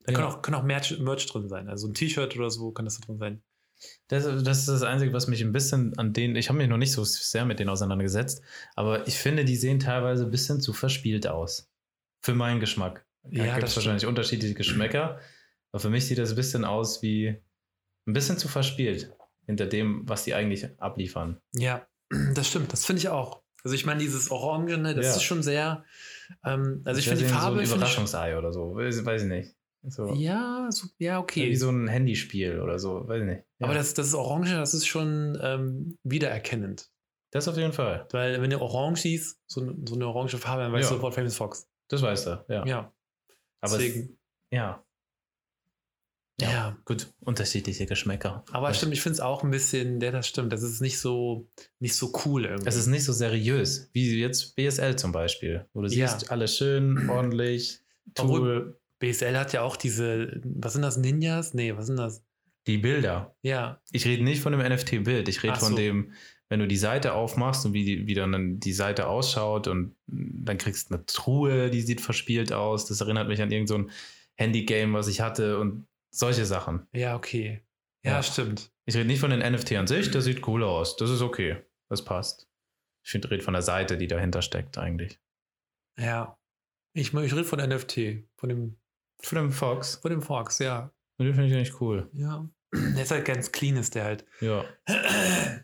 [SPEAKER 2] Da
[SPEAKER 1] Ja.
[SPEAKER 2] kann auch, kann auch Merch, Merch drin sein. Also ein T-Shirt oder so kann das da drin sein.
[SPEAKER 1] das, das ist das Einzige, was mich ein bisschen an denen, ich habe mich noch nicht so sehr mit denen auseinandergesetzt, aber ich finde, die sehen teilweise ein bisschen zu verspielt aus. Für meinen Geschmack.
[SPEAKER 2] Ja,
[SPEAKER 1] gibt
[SPEAKER 2] das
[SPEAKER 1] es
[SPEAKER 2] stimmt.
[SPEAKER 1] wahrscheinlich unterschiedliche Geschmäcker, aber für mich sieht das ein bisschen aus wie, ein bisschen zu verspielt hinter dem, was die eigentlich abliefern.
[SPEAKER 2] Ja, das stimmt. Das finde ich auch. Also ich meine, dieses Orange, ne, das
[SPEAKER 1] Ja.
[SPEAKER 2] ist schon sehr. Ähm, also ich
[SPEAKER 1] Das
[SPEAKER 2] finde
[SPEAKER 1] ist
[SPEAKER 2] die Farbe.
[SPEAKER 1] So ein
[SPEAKER 2] finde ich-
[SPEAKER 1] Überraschungsei oder so, weiß, weiß ich nicht. So,
[SPEAKER 2] Ja, so, ja, okay.
[SPEAKER 1] Wie so ein Handyspiel oder so, weiß ich nicht. Ja.
[SPEAKER 2] Aber das, das Orange, das ist schon ähm, wiedererkennend.
[SPEAKER 1] das auf jeden Fall.
[SPEAKER 2] Weil wenn du orange siehst, so, ne- so eine orange Farbe, dann weißt
[SPEAKER 1] Ja.
[SPEAKER 2] du sofort Famous Fox.
[SPEAKER 1] Das weiß er, ja.
[SPEAKER 2] Ja,
[SPEAKER 1] aber es,
[SPEAKER 2] deswegen.
[SPEAKER 1] ja.
[SPEAKER 2] ja.
[SPEAKER 1] Gut, unterschiedliche Geschmäcker.
[SPEAKER 2] Aber stimmt, ich finde es auch ein bisschen, ja, das stimmt, das ist nicht so, nicht so cool irgendwie.
[SPEAKER 1] Es ist nicht so seriös, wie jetzt BSL zum Beispiel, wo du
[SPEAKER 2] Ja.
[SPEAKER 1] siehst, alles schön, ordentlich,
[SPEAKER 2] Obwohl-
[SPEAKER 1] Tool,
[SPEAKER 2] BSL hat ja auch diese, was sind das, Ninjas? Nee, was sind das?
[SPEAKER 1] die Bilder.
[SPEAKER 2] Ja,
[SPEAKER 1] Ich rede nicht von dem NFT-Bild, ich rede
[SPEAKER 2] Ach
[SPEAKER 1] von
[SPEAKER 2] so.
[SPEAKER 1] dem, wenn du die Seite aufmachst und wie, die, wie dann die Seite ausschaut und dann kriegst du eine Truhe, die sieht verspielt aus. Das erinnert mich an irgendein so ein Handy-Game, was ich hatte und solche Sachen.
[SPEAKER 2] ja, okay. Ja,
[SPEAKER 1] Ja.
[SPEAKER 2] stimmt.
[SPEAKER 1] Ich rede nicht von den NFT an sich, das sieht cool aus, das ist okay, das passt. Ich find- rede von der Seite, die dahinter steckt eigentlich.
[SPEAKER 2] Ja. Ich, ich rede von NFT, von dem,
[SPEAKER 1] Von dem Fox,
[SPEAKER 2] von dem Fox, ja.
[SPEAKER 1] den finde ich eigentlich cool.
[SPEAKER 2] Ja. Der ist halt ganz clean, ist der halt.
[SPEAKER 1] Ja.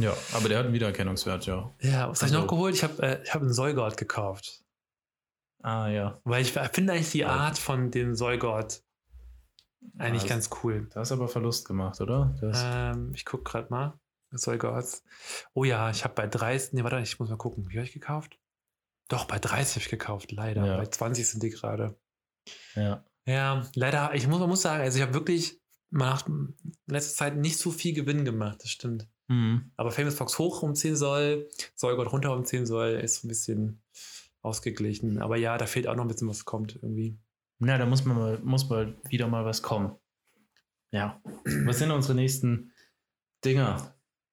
[SPEAKER 1] Ja, aber der hat einen Wiedererkennungswert, ja.
[SPEAKER 2] Ja, was habe ich
[SPEAKER 1] Also-
[SPEAKER 2] noch geholt? Ich habe äh, ich hab einen Säugort gekauft.
[SPEAKER 1] Ah, ja.
[SPEAKER 2] Weil ich finde eigentlich die
[SPEAKER 1] Also-
[SPEAKER 2] Art von dem Säugort eigentlich
[SPEAKER 1] Also-
[SPEAKER 2] ganz cool.
[SPEAKER 1] Da hast du aber Verlust gemacht, oder? Das,
[SPEAKER 2] Ähm, ich gucke gerade mal. Säugorts. Oh ja, ich habe bei 30. Nee, warte, ich muss mal gucken. Wie habe ich gekauft? Doch, bei 30 habe ich gekauft, leider.
[SPEAKER 1] Ja.
[SPEAKER 2] Bei 20 sind die gerade.
[SPEAKER 1] ja.
[SPEAKER 2] Ja, leider, ich muss, man muss sagen, also ich habe wirklich nach in letzter Zeit nicht so viel Gewinn gemacht, das stimmt.
[SPEAKER 1] Mhm.
[SPEAKER 2] Aber Famous Fox hoch um 10 soll, Säugert runter um 10 soll, ist ein bisschen ausgeglichen. Aber ja, da fehlt auch noch ein bisschen, was kommt irgendwie.
[SPEAKER 1] Na, da muss man mal, muss mal wieder mal was kommen. Ja. Was sind unsere nächsten Dinger? Also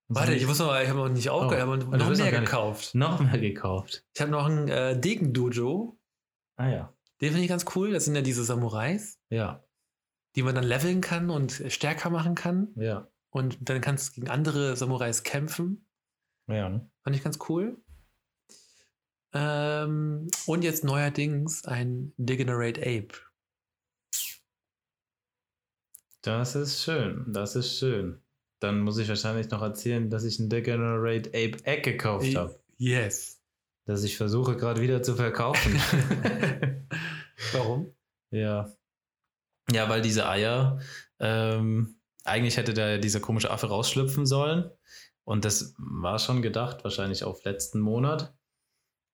[SPEAKER 2] Warte, ich muss noch mal, ich habe noch nicht aufgehört, ich
[SPEAKER 1] Oh, du
[SPEAKER 2] habe noch
[SPEAKER 1] bist noch
[SPEAKER 2] mehr
[SPEAKER 1] gar nicht-
[SPEAKER 2] gekauft.
[SPEAKER 1] noch mehr gekauft.
[SPEAKER 2] Ich habe noch ein äh, Degen-Dojo.
[SPEAKER 1] Ah ja.
[SPEAKER 2] Den finde ich ganz cool. Das sind ja diese Samurais,
[SPEAKER 1] Ja,
[SPEAKER 2] die man dann leveln kann und stärker machen kann.
[SPEAKER 1] ja.
[SPEAKER 2] Und dann kannst du gegen andere Samurais kämpfen.
[SPEAKER 1] Ja, ne?
[SPEAKER 2] Fand ich ganz cool. Ähm, und jetzt neuerdings ein Degenerate Ape.
[SPEAKER 1] Das ist schön. Das ist schön. Dann muss ich wahrscheinlich noch erzählen, dass ich einen Degenerate Ape Egg gekauft habe.
[SPEAKER 2] Yes.
[SPEAKER 1] Dass ich versuche, gerade wieder zu verkaufen.
[SPEAKER 2] Warum?
[SPEAKER 1] Ja. Ja, weil diese Eier, ähm, eigentlich hätte da dieser komische Affe rausschlüpfen sollen. Und das war schon gedacht, wahrscheinlich auf letzten Monat.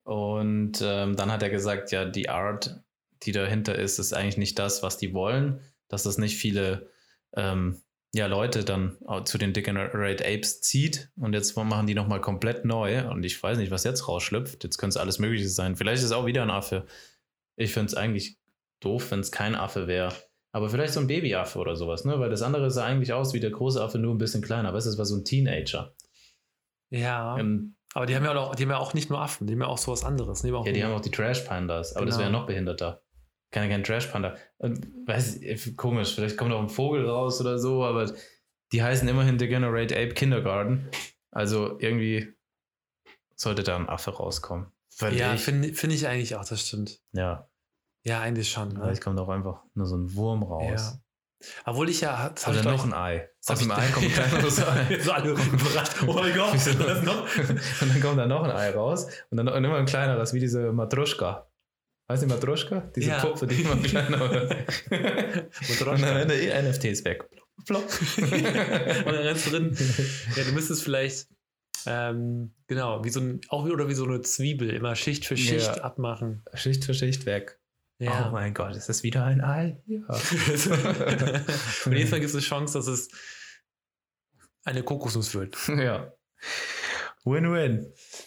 [SPEAKER 1] Und ähm, dann hat er gesagt, ja, die Art, die dahinter ist, ist eigentlich nicht das, was die wollen. Dass das nicht viele ähm, ja, Leute dann au- zu den Degenerate Apes zieht. Und jetzt machen die nochmal komplett neu. Und ich weiß nicht, was jetzt rausschlüpft. Jetzt könnte es alles Mögliche sein. Vielleicht ist es auch wieder ein Affe. Ich finde es eigentlich doof, wenn es kein Affe wäre. Aber vielleicht so ein Babyaffe oder sowas, ne? Weil das andere sah eigentlich aus wie der große Affe, nur ein bisschen kleiner. Weißt du, es war so ein Teenager.
[SPEAKER 2] Ja.
[SPEAKER 1] Ähm,
[SPEAKER 2] aber die haben ja auch, die haben ja auch nicht nur Affen, die haben ja auch sowas anderes. Die haben auch
[SPEAKER 1] ja, die haben auch die Trash Pandas, aber das
[SPEAKER 2] Genau.
[SPEAKER 1] wäre noch behinderter. Kann ja kein Trash Panda. Und, weiß ich, äh, komisch, vielleicht kommt auch ein Vogel raus oder so, aber die heißen immerhin Degenerate Ape Kindergarten. Also irgendwie sollte da ein Affe rauskommen. Weil
[SPEAKER 2] ja,
[SPEAKER 1] ja, ich,
[SPEAKER 2] finde find ich eigentlich auch, das stimmt.
[SPEAKER 1] ja,
[SPEAKER 2] Ja, eigentlich schon. Ne?
[SPEAKER 1] vielleicht kommt auch einfach nur so ein Wurm raus.
[SPEAKER 2] Ja. Obwohl ich ja. Das hab
[SPEAKER 1] Oder
[SPEAKER 2] ich,
[SPEAKER 1] noch
[SPEAKER 2] glaub
[SPEAKER 1] ein Ei.
[SPEAKER 2] ich-
[SPEAKER 1] Aus
[SPEAKER 2] hab
[SPEAKER 1] dem
[SPEAKER 2] ich-
[SPEAKER 1] Ei kommt ein kleineres Ei.
[SPEAKER 2] So alle überrascht. Oh mein Gott,
[SPEAKER 1] Wieso?
[SPEAKER 2] das noch.
[SPEAKER 1] Und dann kommt da noch ein Ei raus und dann und immer ein kleineres, wie diese Matruschka. Heißt die Matruschka? Diese
[SPEAKER 2] Ja.
[SPEAKER 1] Puppe, die immer kleiner wird. und dann eh
[SPEAKER 2] Und
[SPEAKER 1] der NFT ist weg. Flop.
[SPEAKER 2] dann rennst du drin. Ja, du müsstest vielleicht. Ähm, genau, wie so ein, auch wie, oder wie so eine Zwiebel, immer Schicht für Schicht
[SPEAKER 1] Ja.
[SPEAKER 2] abmachen.
[SPEAKER 1] Schicht für Schicht weg.
[SPEAKER 2] Ja.
[SPEAKER 1] Oh mein Gott, ist das wieder ein Ei? Ja.
[SPEAKER 2] Und jedes Mal gibt es eine Chance, dass es eine Kokosnuss wird.
[SPEAKER 1] ja. Win-win.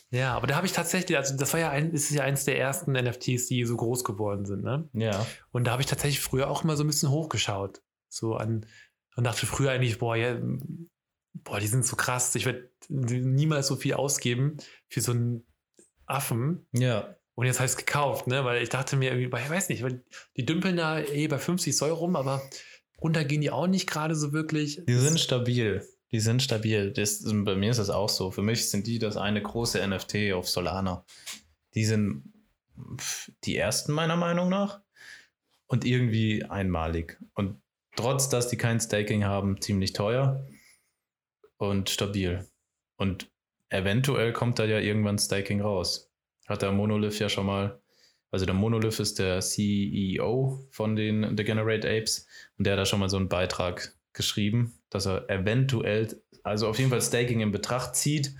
[SPEAKER 2] Ja, aber da habe ich tatsächlich, also das war ja ein, ist ja eins der ersten NFTs, die so groß geworden sind, ne?
[SPEAKER 1] Ja.
[SPEAKER 2] Und da habe ich tatsächlich früher auch immer so ein bisschen hochgeschaut. So an und dachte früher eigentlich, boah, ja, boah, die sind so krass, ich werde niemals so viel ausgeben für so einen Affen.
[SPEAKER 1] Ja.
[SPEAKER 2] Und jetzt habe ich es gekauft, ne? Weil ich dachte mir irgendwie, boah, ich weiß nicht, weil die dümpeln da eh bei 50 Zoll rum, aber runter gehen die auch nicht gerade so wirklich.
[SPEAKER 1] Die sind stabil. Die sind stabil. Das, bei mir ist das auch so. Für mich sind die das eine große NFT auf Solana. Die sind pf, die ersten meiner Meinung nach und irgendwie einmalig. Und trotz, dass die kein Staking haben, ziemlich teuer und stabil. Und eventuell kommt da ja irgendwann Staking raus. Hat der Monolith ja schon mal. Also der Monolith ist der CEO von den Degenerate Apes und der hat da schon mal so einen Beitrag geschrieben, dass er eventuell, also auf jeden Fall Staking in Betracht zieht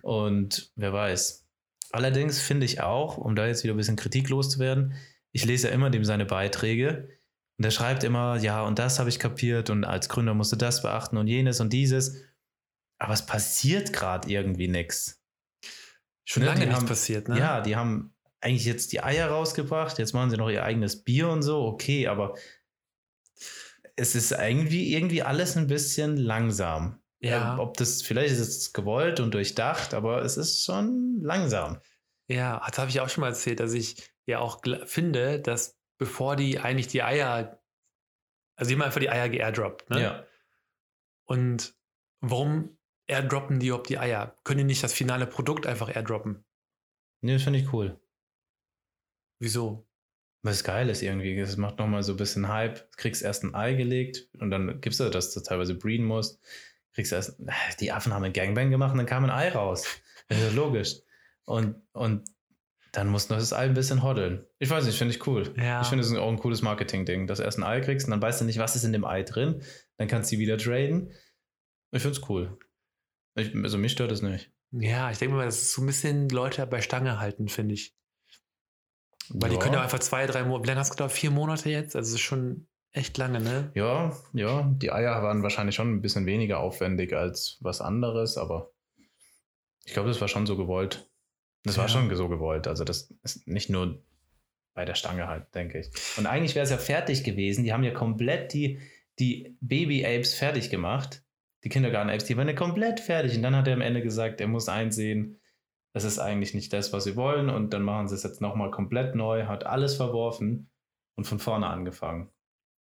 [SPEAKER 1] und wer weiß. Allerdings finde ich auch, um da jetzt wieder ein bisschen kritiklos zu werden, ich lese ja immer dem seine Beiträge und er schreibt immer, ja, und das habe ich kapiert und als Gründer musst du das beachten und jenes und dieses. Aber es passiert gerade irgendwie nichts.
[SPEAKER 2] schon
[SPEAKER 1] ne,
[SPEAKER 2] lange
[SPEAKER 1] die
[SPEAKER 2] nichts
[SPEAKER 1] haben-
[SPEAKER 2] passiert, ne?
[SPEAKER 1] Ja, die haben eigentlich jetzt die Eier rausgebracht, jetzt machen sie noch ihr eigenes Bier und so, okay, aber es ist irgendwie, irgendwie alles ein bisschen langsam.
[SPEAKER 2] ja.
[SPEAKER 1] Ähm, Ob das vielleicht ist es gewollt und durchdacht, aber es ist schon langsam.
[SPEAKER 2] Ja, das habe ich auch schon mal erzählt, dass ich ja auch gl- finde, dass bevor die eigentlich die Eier, also die haben einfach die Eier geairdroppt, ne?
[SPEAKER 1] Ja.
[SPEAKER 2] Und warum airdroppen die überhaupt die Eier? Können die nicht das finale Produkt einfach airdroppen?
[SPEAKER 1] Nee, das finde ich cool.
[SPEAKER 2] Wieso?
[SPEAKER 1] Was geil ist irgendwie. Es macht nochmal so ein bisschen Hype. Du kriegst erst ein Ei gelegt und dann gibst du das, dass du teilweise breeden musst. Kriegst erst, äh, die Affen haben einen Gangbang gemacht und dann kam ein Ei raus. Das ist ja logisch. Und, und dann muss noch das Ei ein bisschen hoddeln. Ich weiß nicht, finde ich cool.
[SPEAKER 2] Ja.
[SPEAKER 1] Ich finde, das ist auch ein cooles Marketing-Ding, dass du erst ein Ei kriegst und dann weißt du nicht, was ist in dem Ei drin. Dann kannst du die wieder traden. Ich finde es cool. Ich, also mich stört es nicht.
[SPEAKER 2] ja, ich denke mal, das ist so ein bisschen Leute bei Stange halten, finde ich. Weil die
[SPEAKER 1] Ja.
[SPEAKER 2] können ja einfach zwei, drei Monate, wie lange hast du gedauert? Vier Monate jetzt? Also es ist schon echt lange, ne?
[SPEAKER 1] Ja, ja, die Eier waren wahrscheinlich schon ein bisschen weniger aufwendig als was anderes, aber ich glaube, das war schon so gewollt. Das war
[SPEAKER 2] Ja.
[SPEAKER 1] schon so gewollt. Also, das ist nicht nur bei der Stange halt, denke ich. Und eigentlich wäre es ja fertig gewesen. Die haben ja komplett die, die Baby-Apes fertig gemacht. Die Kindergarten-Apes, die waren ja komplett fertig. Und dann hat er am Ende gesagt, er muss einsehen, das ist eigentlich nicht das, was sie wollen. Und dann machen sie es jetzt nochmal komplett neu, hat alles verworfen und von vorne angefangen.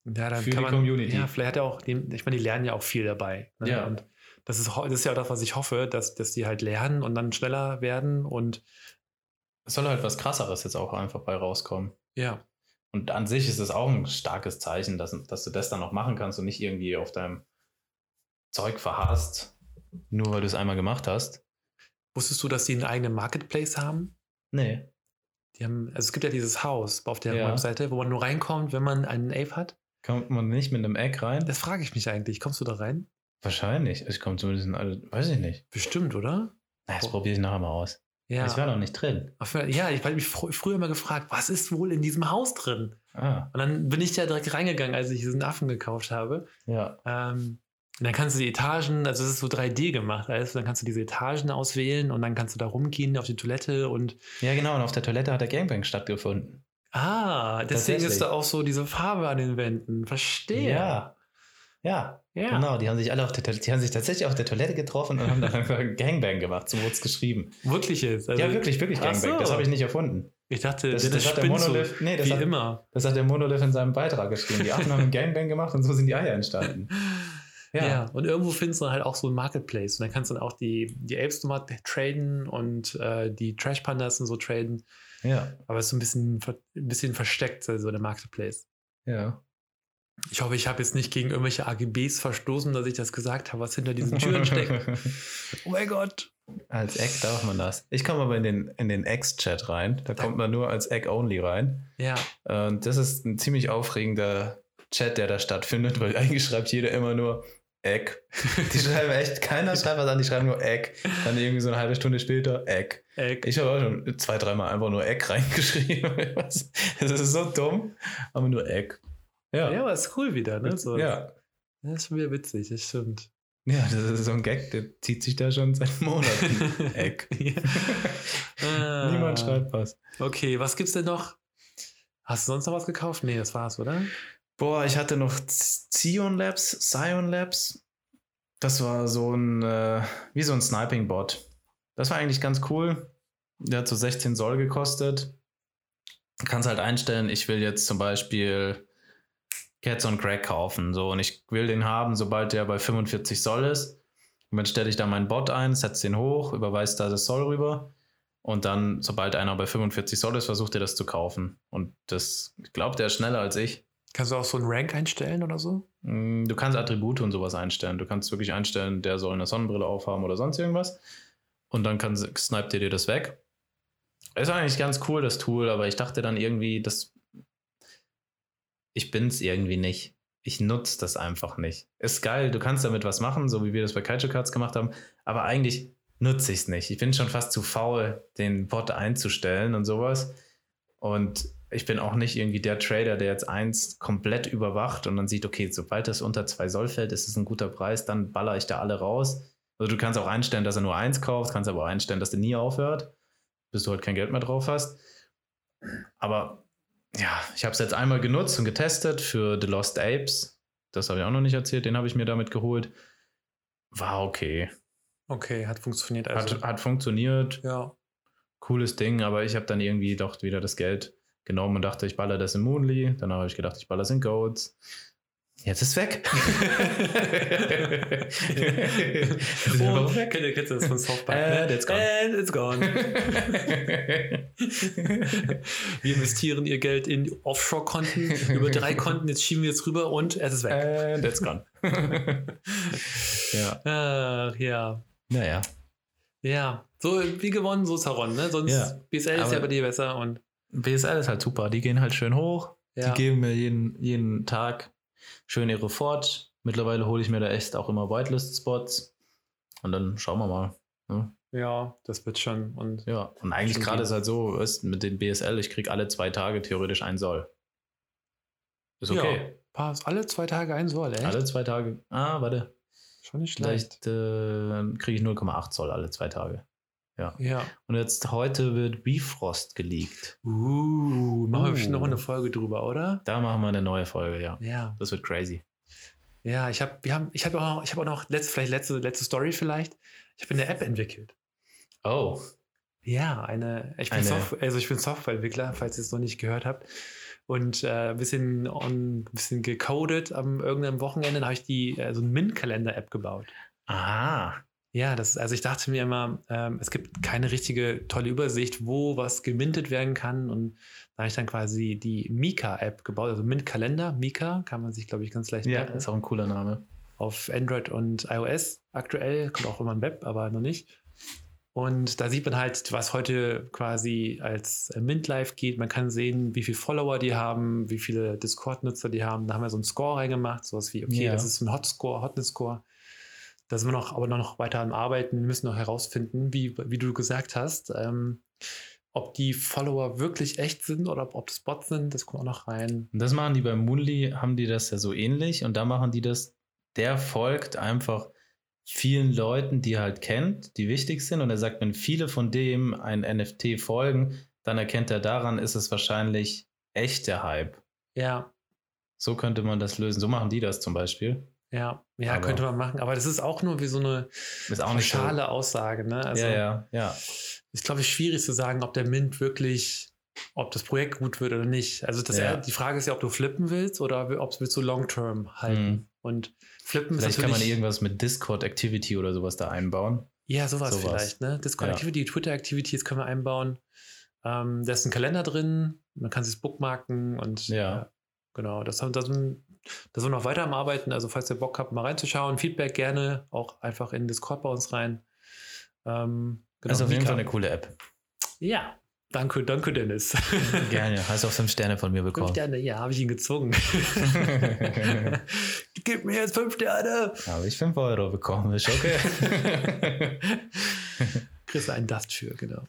[SPEAKER 2] Ja, dann
[SPEAKER 1] Für
[SPEAKER 2] kann
[SPEAKER 1] die
[SPEAKER 2] man,
[SPEAKER 1] Community.
[SPEAKER 2] Ja, vielleicht hat er auch, die, ich meine, die lernen ja auch viel dabei. Ne?
[SPEAKER 1] Ja.
[SPEAKER 2] Und das ist, ho- das ist ja auch das, was ich hoffe, dass, dass die halt lernen und dann schneller werden und
[SPEAKER 1] Es soll halt was krasseres jetzt auch einfach bei rauskommen.
[SPEAKER 2] ja.
[SPEAKER 1] Und an sich ist es auch ein starkes Zeichen, dass, dass du das dann noch machen kannst und nicht irgendwie auf deinem Zeug verharrst, nur weil du es einmal gemacht hast.
[SPEAKER 2] Wusstest du, dass die einen eigenen Marketplace haben?
[SPEAKER 1] Nee.
[SPEAKER 2] Die haben, also es gibt ja dieses Haus auf der
[SPEAKER 1] Ja.
[SPEAKER 2] Webseite, wo man nur reinkommt, wenn man einen Ape hat.
[SPEAKER 1] Kommt man nicht mit einem Eck rein?
[SPEAKER 2] Das frage ich mich eigentlich. Kommst du da rein?
[SPEAKER 1] Wahrscheinlich. Ich komme zumindest in alle. Weiß ich nicht.
[SPEAKER 2] Bestimmt, oder?
[SPEAKER 1] Na, das probiere ich nachher mal aus.
[SPEAKER 2] Ja.
[SPEAKER 1] Ich war noch nicht drin.
[SPEAKER 2] Auf jeden Fall- ja, ich habe mich fr früher immer gefragt, was ist wohl in diesem Haus drin?
[SPEAKER 1] Ah,
[SPEAKER 2] Und dann bin ich ja direkt reingegangen, als ich diesen Affen gekauft habe.
[SPEAKER 1] ja.
[SPEAKER 2] Ähm, und dann kannst du die Etagen, also es ist so 3D gemacht, also dann kannst du diese Etagen auswählen und dann kannst du da rumgehen auf die Toilette und
[SPEAKER 1] Ja, genau. Und auf der Toilette hat der Gangbang stattgefunden.
[SPEAKER 2] ah, deswegen
[SPEAKER 1] Tatsächlich.
[SPEAKER 2] ist da auch so diese Farbe an den Wänden. Verstehe.
[SPEAKER 1] Ja. Ja,
[SPEAKER 2] Ja.
[SPEAKER 1] genau. Die haben sich alle auf der Toilette, die haben sich tatsächlich auf der Toilette getroffen und haben dann einfach einen Gangbang gemacht. So wurde es geschrieben.
[SPEAKER 2] Wirkliches. Also,
[SPEAKER 1] ja, wirklich, wirklich
[SPEAKER 2] Ach
[SPEAKER 1] Gangbang.
[SPEAKER 2] so.
[SPEAKER 1] Das habe ich nicht erfunden.
[SPEAKER 2] Ich dachte,
[SPEAKER 1] Das,
[SPEAKER 2] das,
[SPEAKER 1] das, hat der
[SPEAKER 2] spinnt so,
[SPEAKER 1] Monolith, nee, das
[SPEAKER 2] wie
[SPEAKER 1] hat,
[SPEAKER 2] immer.
[SPEAKER 1] das hat der Monolith in seinem Beitrag geschrieben. Die Affen haben einen Gangbang gemacht und so sind die Eier entstanden.
[SPEAKER 2] Ja.
[SPEAKER 1] Ja.
[SPEAKER 2] und irgendwo findest du dann halt auch so ein Marketplace und dann kannst du dann auch die, die Apes nochmal traden und äh, die Trash Pandas und so traden.
[SPEAKER 1] Ja,
[SPEAKER 2] Aber es ist so ein bisschen, ver- ein bisschen versteckt, also der Marketplace.
[SPEAKER 1] ja.
[SPEAKER 2] Ich hoffe, ich habe jetzt nicht gegen irgendwelche AGBs verstoßen, dass ich das gesagt habe, was hinter diesen Türen steckt. Oh mein Gott.
[SPEAKER 1] Als Egg darf man das. Ich komme aber in den, in den Eggs-Chat rein. Da kommt man nur als Egg-Only rein.
[SPEAKER 2] Ja,
[SPEAKER 1] Und das ist ein ziemlich aufregender Chat, der da stattfindet, weil eigentlich schreibt jeder immer nur Egg. Die schreiben echt, keiner schreibt was an, die schreiben nur Egg. Dann irgendwie so eine halbe Stunde später Egg.
[SPEAKER 2] Egg.
[SPEAKER 1] Ich habe auch schon zwei, dreimal einfach nur Egg reingeschrieben. Das ist so dumm, aber nur Egg. Ja.
[SPEAKER 2] ja,
[SPEAKER 1] Ja.
[SPEAKER 2] aber ist cool wieder, ne? So,
[SPEAKER 1] ja.
[SPEAKER 2] Das ist schon wieder witzig, das stimmt.
[SPEAKER 1] das ist so ein Gag, der zieht sich da schon seit Monaten. Egg.
[SPEAKER 2] Ja. Ah.
[SPEAKER 1] Niemand schreibt was.
[SPEAKER 2] Okay, was gibt's denn noch? Hast du sonst noch was gekauft? Nee, das war's, oder?
[SPEAKER 1] Boah, ich hatte noch Zion Labs, Zion Labs. Das war so ein, äh, wie so ein Sniping-Bot. Das war eigentlich ganz cool. Der hat so 16 Soll gekostet. Du kannst halt einstellen, ich will jetzt zum Beispiel Cats on Crack kaufen. So, und ich will den haben, sobald der bei 45 Soll ist. Und dann stelle ich da meinen Bot ein, setze den hoch, überweise da das Soll rüber. Und dann, sobald einer bei 45 Soll ist, versucht er das zu kaufen. Und das, ich glaube, der ist schneller als ich.
[SPEAKER 2] Kannst du auch so einen Rank einstellen oder so?
[SPEAKER 1] Mm, Du kannst Attribute und sowas einstellen. Du kannst wirklich einstellen, der soll eine Sonnenbrille aufhaben oder sonst irgendwas. Und dann kann, sniped ihr dir das weg. Ist eigentlich ganz cool, das Tool, aber ich dachte dann irgendwie, dass ich bin's irgendwie nicht. Ich nutze das einfach nicht. Ist geil, du kannst damit was machen, so wie wir das bei Kaiju Cards gemacht haben, aber eigentlich nutze ich es nicht. Ich bin schon fast zu faul, den Bot einzustellen und sowas. Und ich bin auch nicht irgendwie der Trader, der jetzt eins komplett überwacht und dann sieht, okay, sobald das unter zwei Soll fällt, ist es ein guter Preis, dann baller ich da alle raus. Also du kannst auch einstellen, dass er nur eins kauft, kannst aber auch einstellen, dass der nie aufhört, bis du halt kein Geld mehr drauf hast. Aber ja, ich habe es jetzt einmal genutzt und getestet für The Lost Apes. Das habe ich auch noch nicht erzählt, den habe ich mir damit geholt. War okay.
[SPEAKER 2] Okay, hat funktioniert
[SPEAKER 1] Hat,
[SPEAKER 2] also.
[SPEAKER 1] hat funktioniert,
[SPEAKER 2] ja.
[SPEAKER 1] cooles Ding, aber ich habe dann irgendwie doch wieder das Geld genommen und dachte, ich baller das in Moonly. Danach habe ich gedacht, ich baller es in Goats. Jetzt ist weg. Jetzt ist er
[SPEAKER 2] oh,
[SPEAKER 1] auch
[SPEAKER 2] kennt ihr, kennt ihr das von Softbank?
[SPEAKER 1] And
[SPEAKER 2] ne?
[SPEAKER 1] it's gone.
[SPEAKER 2] And it's gone. Wir investieren ihr Geld in Offshore-Konten, über drei Konten, jetzt schieben wir es rüber und es ist weg.
[SPEAKER 1] And it's gone. ja,
[SPEAKER 2] Äh. Ach, ja.
[SPEAKER 1] naja.
[SPEAKER 2] Ja. So wie gewonnen, so Saron, ne? Sonst
[SPEAKER 1] Ja.
[SPEAKER 2] BSL ist ja
[SPEAKER 1] Aber-
[SPEAKER 2] bei dir besser und
[SPEAKER 1] BSL ist halt super. Die gehen halt schön hoch.
[SPEAKER 2] ja.
[SPEAKER 1] Die geben mir jeden, jeden Tag schön ihre Fort. Mittlerweile hole ich mir da echt auch immer Whitelist-Spots. Und dann schauen wir mal.
[SPEAKER 2] ja, das wird schon. Und
[SPEAKER 1] Ja, und eigentlich
[SPEAKER 2] Stimmt,
[SPEAKER 1] gerade
[SPEAKER 2] ja.
[SPEAKER 1] ist halt so, weißt, mit den BSL, ich krieg alle zwei Tage theoretisch ein Soll. Ist
[SPEAKER 2] Ja.
[SPEAKER 1] okay.
[SPEAKER 2] Pass, alle zwei Tage ein Soll, echt?
[SPEAKER 1] Alle zwei Tage. Ah, warte.
[SPEAKER 2] Schon nicht schlecht.
[SPEAKER 1] Vielleicht äh, kriege ich 0,8 Zoll alle zwei Tage.
[SPEAKER 2] Ja.
[SPEAKER 1] Und jetzt heute wird Bifrost geleakt.
[SPEAKER 2] Uh, machen wir bestimmt
[SPEAKER 1] Uh.
[SPEAKER 2] nochmal eine Folge drüber, oder?
[SPEAKER 1] Da machen wir eine neue Folge, ja.
[SPEAKER 2] Ja.
[SPEAKER 1] Das wird crazy.
[SPEAKER 2] Ja, ich habe, wir haben, ich habe auch, noch- ich habe auch noch letzte, vielleicht letzte, letzte Story vielleicht. Ich habe eine App entwickelt.
[SPEAKER 1] Oh.
[SPEAKER 2] Ja, eine. Ich bin,
[SPEAKER 1] Eine-
[SPEAKER 2] Software, also ich bin Softwareentwickler, falls ihr es noch nicht gehört habt. Und äh, ein bisschen, on, ein bisschen gecodet. Am irgendeinem Wochenende habe ich die äh, so einen Mint-Kalender-App gebaut.
[SPEAKER 1] Aha.
[SPEAKER 2] Ja, das ist, also ich dachte mir immer, ähm, es gibt keine richtige tolle Übersicht, wo was gemintet werden kann. Und da habe ich dann quasi die Mika-App gebaut, also Mint-Kalender. Mika kann man sich, glaube ich, ganz leicht
[SPEAKER 1] Ja,
[SPEAKER 2] merken
[SPEAKER 1] ist auch ein cooler Name.
[SPEAKER 2] auf Android und iOS aktuell, kommt auch immer im Web, aber noch nicht. Und da sieht man halt, was heute quasi als äh, Mint Live geht. Man kann sehen, wie viele Follower die haben, wie viele Discord-Nutzer die haben. Da haben wir so einen Score reingemacht, sowas wie, okay,
[SPEAKER 1] Ja.
[SPEAKER 2] das ist ein Hotscore, Hotness-Score. Da sind wir noch, aber noch weiter am Arbeiten, Wir müssen noch herausfinden, wie, wie du gesagt hast, ähm, ob die Follower wirklich echt sind oder ob, ob das Bots sind. Das kommt auch noch rein.
[SPEAKER 1] Und das machen die bei Moonly, haben die das ja so ähnlich und da machen die das, der folgt einfach vielen Leuten, die er halt kennt, die wichtig sind und er sagt, wenn viele von dem ein NFT folgen, dann erkennt er daran, ist es wahrscheinlich echter Hype.
[SPEAKER 2] Ja,
[SPEAKER 1] So könnte man das lösen. So machen die das zum Beispiel.
[SPEAKER 2] Ja, ja
[SPEAKER 1] Aber-
[SPEAKER 2] könnte man machen. Aber das ist auch nur wie so eine
[SPEAKER 1] Ist auch nicht so-
[SPEAKER 2] pauschale Aussage. Ne? Also
[SPEAKER 1] ja, ja, ja.
[SPEAKER 2] ist, glaube ich, schwierig zu sagen, ob der Mint wirklich, ob das Projekt gut wird oder nicht. Also das
[SPEAKER 1] Ja.
[SPEAKER 2] die Frage ist ja, ob du flippen willst oder ob es so long-term halten.
[SPEAKER 1] Mhm.
[SPEAKER 2] Und flippen ist
[SPEAKER 1] Vielleicht kann man
[SPEAKER 2] natürlich-
[SPEAKER 1] irgendwas mit Discord Activity oder sowas da einbauen.
[SPEAKER 2] Ja, sowas,
[SPEAKER 1] Sowas.
[SPEAKER 2] vielleicht, ne? Discord
[SPEAKER 1] Ja.
[SPEAKER 2] Activity, Twitter Activities können wir einbauen. Ähm, da ist ein Kalender drin, man kann sich bookmarken und
[SPEAKER 1] Ja.
[SPEAKER 2] äh, genau, das haben, da sind, da sind wir noch weiter am Arbeiten. Also, falls ihr Bock habt, mal reinzuschauen, Feedback gerne, auch einfach in Discord bei uns rein. Ähm, genau,
[SPEAKER 1] ist Also auf jeden
[SPEAKER 2] Mika.
[SPEAKER 1] Fall eine coole App.
[SPEAKER 2] Ja, danke, danke, Dennis.
[SPEAKER 1] Gerne. Hast auch fünf Sterne von mir
[SPEAKER 2] Fünf
[SPEAKER 1] bekommen.
[SPEAKER 2] Sterne, ja, habe ich ihn gezwungen. Gib mir jetzt fünf Sterne.
[SPEAKER 1] Habe ich fünf Euro bekommen, ist okay.
[SPEAKER 2] Kriegst du einen Dust für, genau.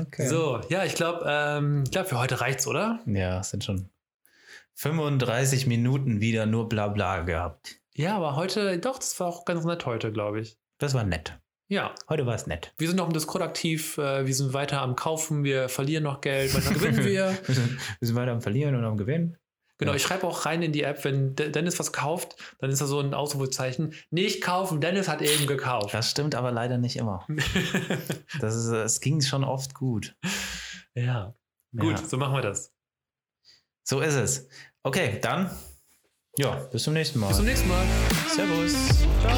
[SPEAKER 1] okay.
[SPEAKER 2] So, ja, ich glaube, ähm, ich glaub, für heute reicht's, oder?
[SPEAKER 1] Ja, es sind schon 35 Minuten wieder nur Blabla gehabt.
[SPEAKER 2] Ja, aber heute, doch, das war auch ganz nett heute, glaube ich.
[SPEAKER 1] Das war nett.
[SPEAKER 2] Ja,
[SPEAKER 1] Heute war es nett.
[SPEAKER 2] wir sind noch im Discord aktiv, äh, wir sind weiter am Kaufen, wir verlieren noch Geld, manchmal gewinnen wir.
[SPEAKER 1] Wir sind, wir sind weiter am Verlieren und am Gewinnen.
[SPEAKER 2] Genau,
[SPEAKER 1] Ja.
[SPEAKER 2] ich schreibe auch rein in die App, wenn De- Dennis was kauft, dann ist da so ein Ausrufezeichen. Nicht kaufen, Dennis hat eben gekauft.
[SPEAKER 1] Das stimmt aber leider nicht immer. Das ist, es ging schon oft gut.
[SPEAKER 2] ja, gut,
[SPEAKER 1] Ja.
[SPEAKER 2] so machen wir das.
[SPEAKER 1] So ist es. Okay, dann. Ja, bis zum nächsten Mal.
[SPEAKER 2] Bis zum nächsten Mal.
[SPEAKER 1] Servus. Ciao.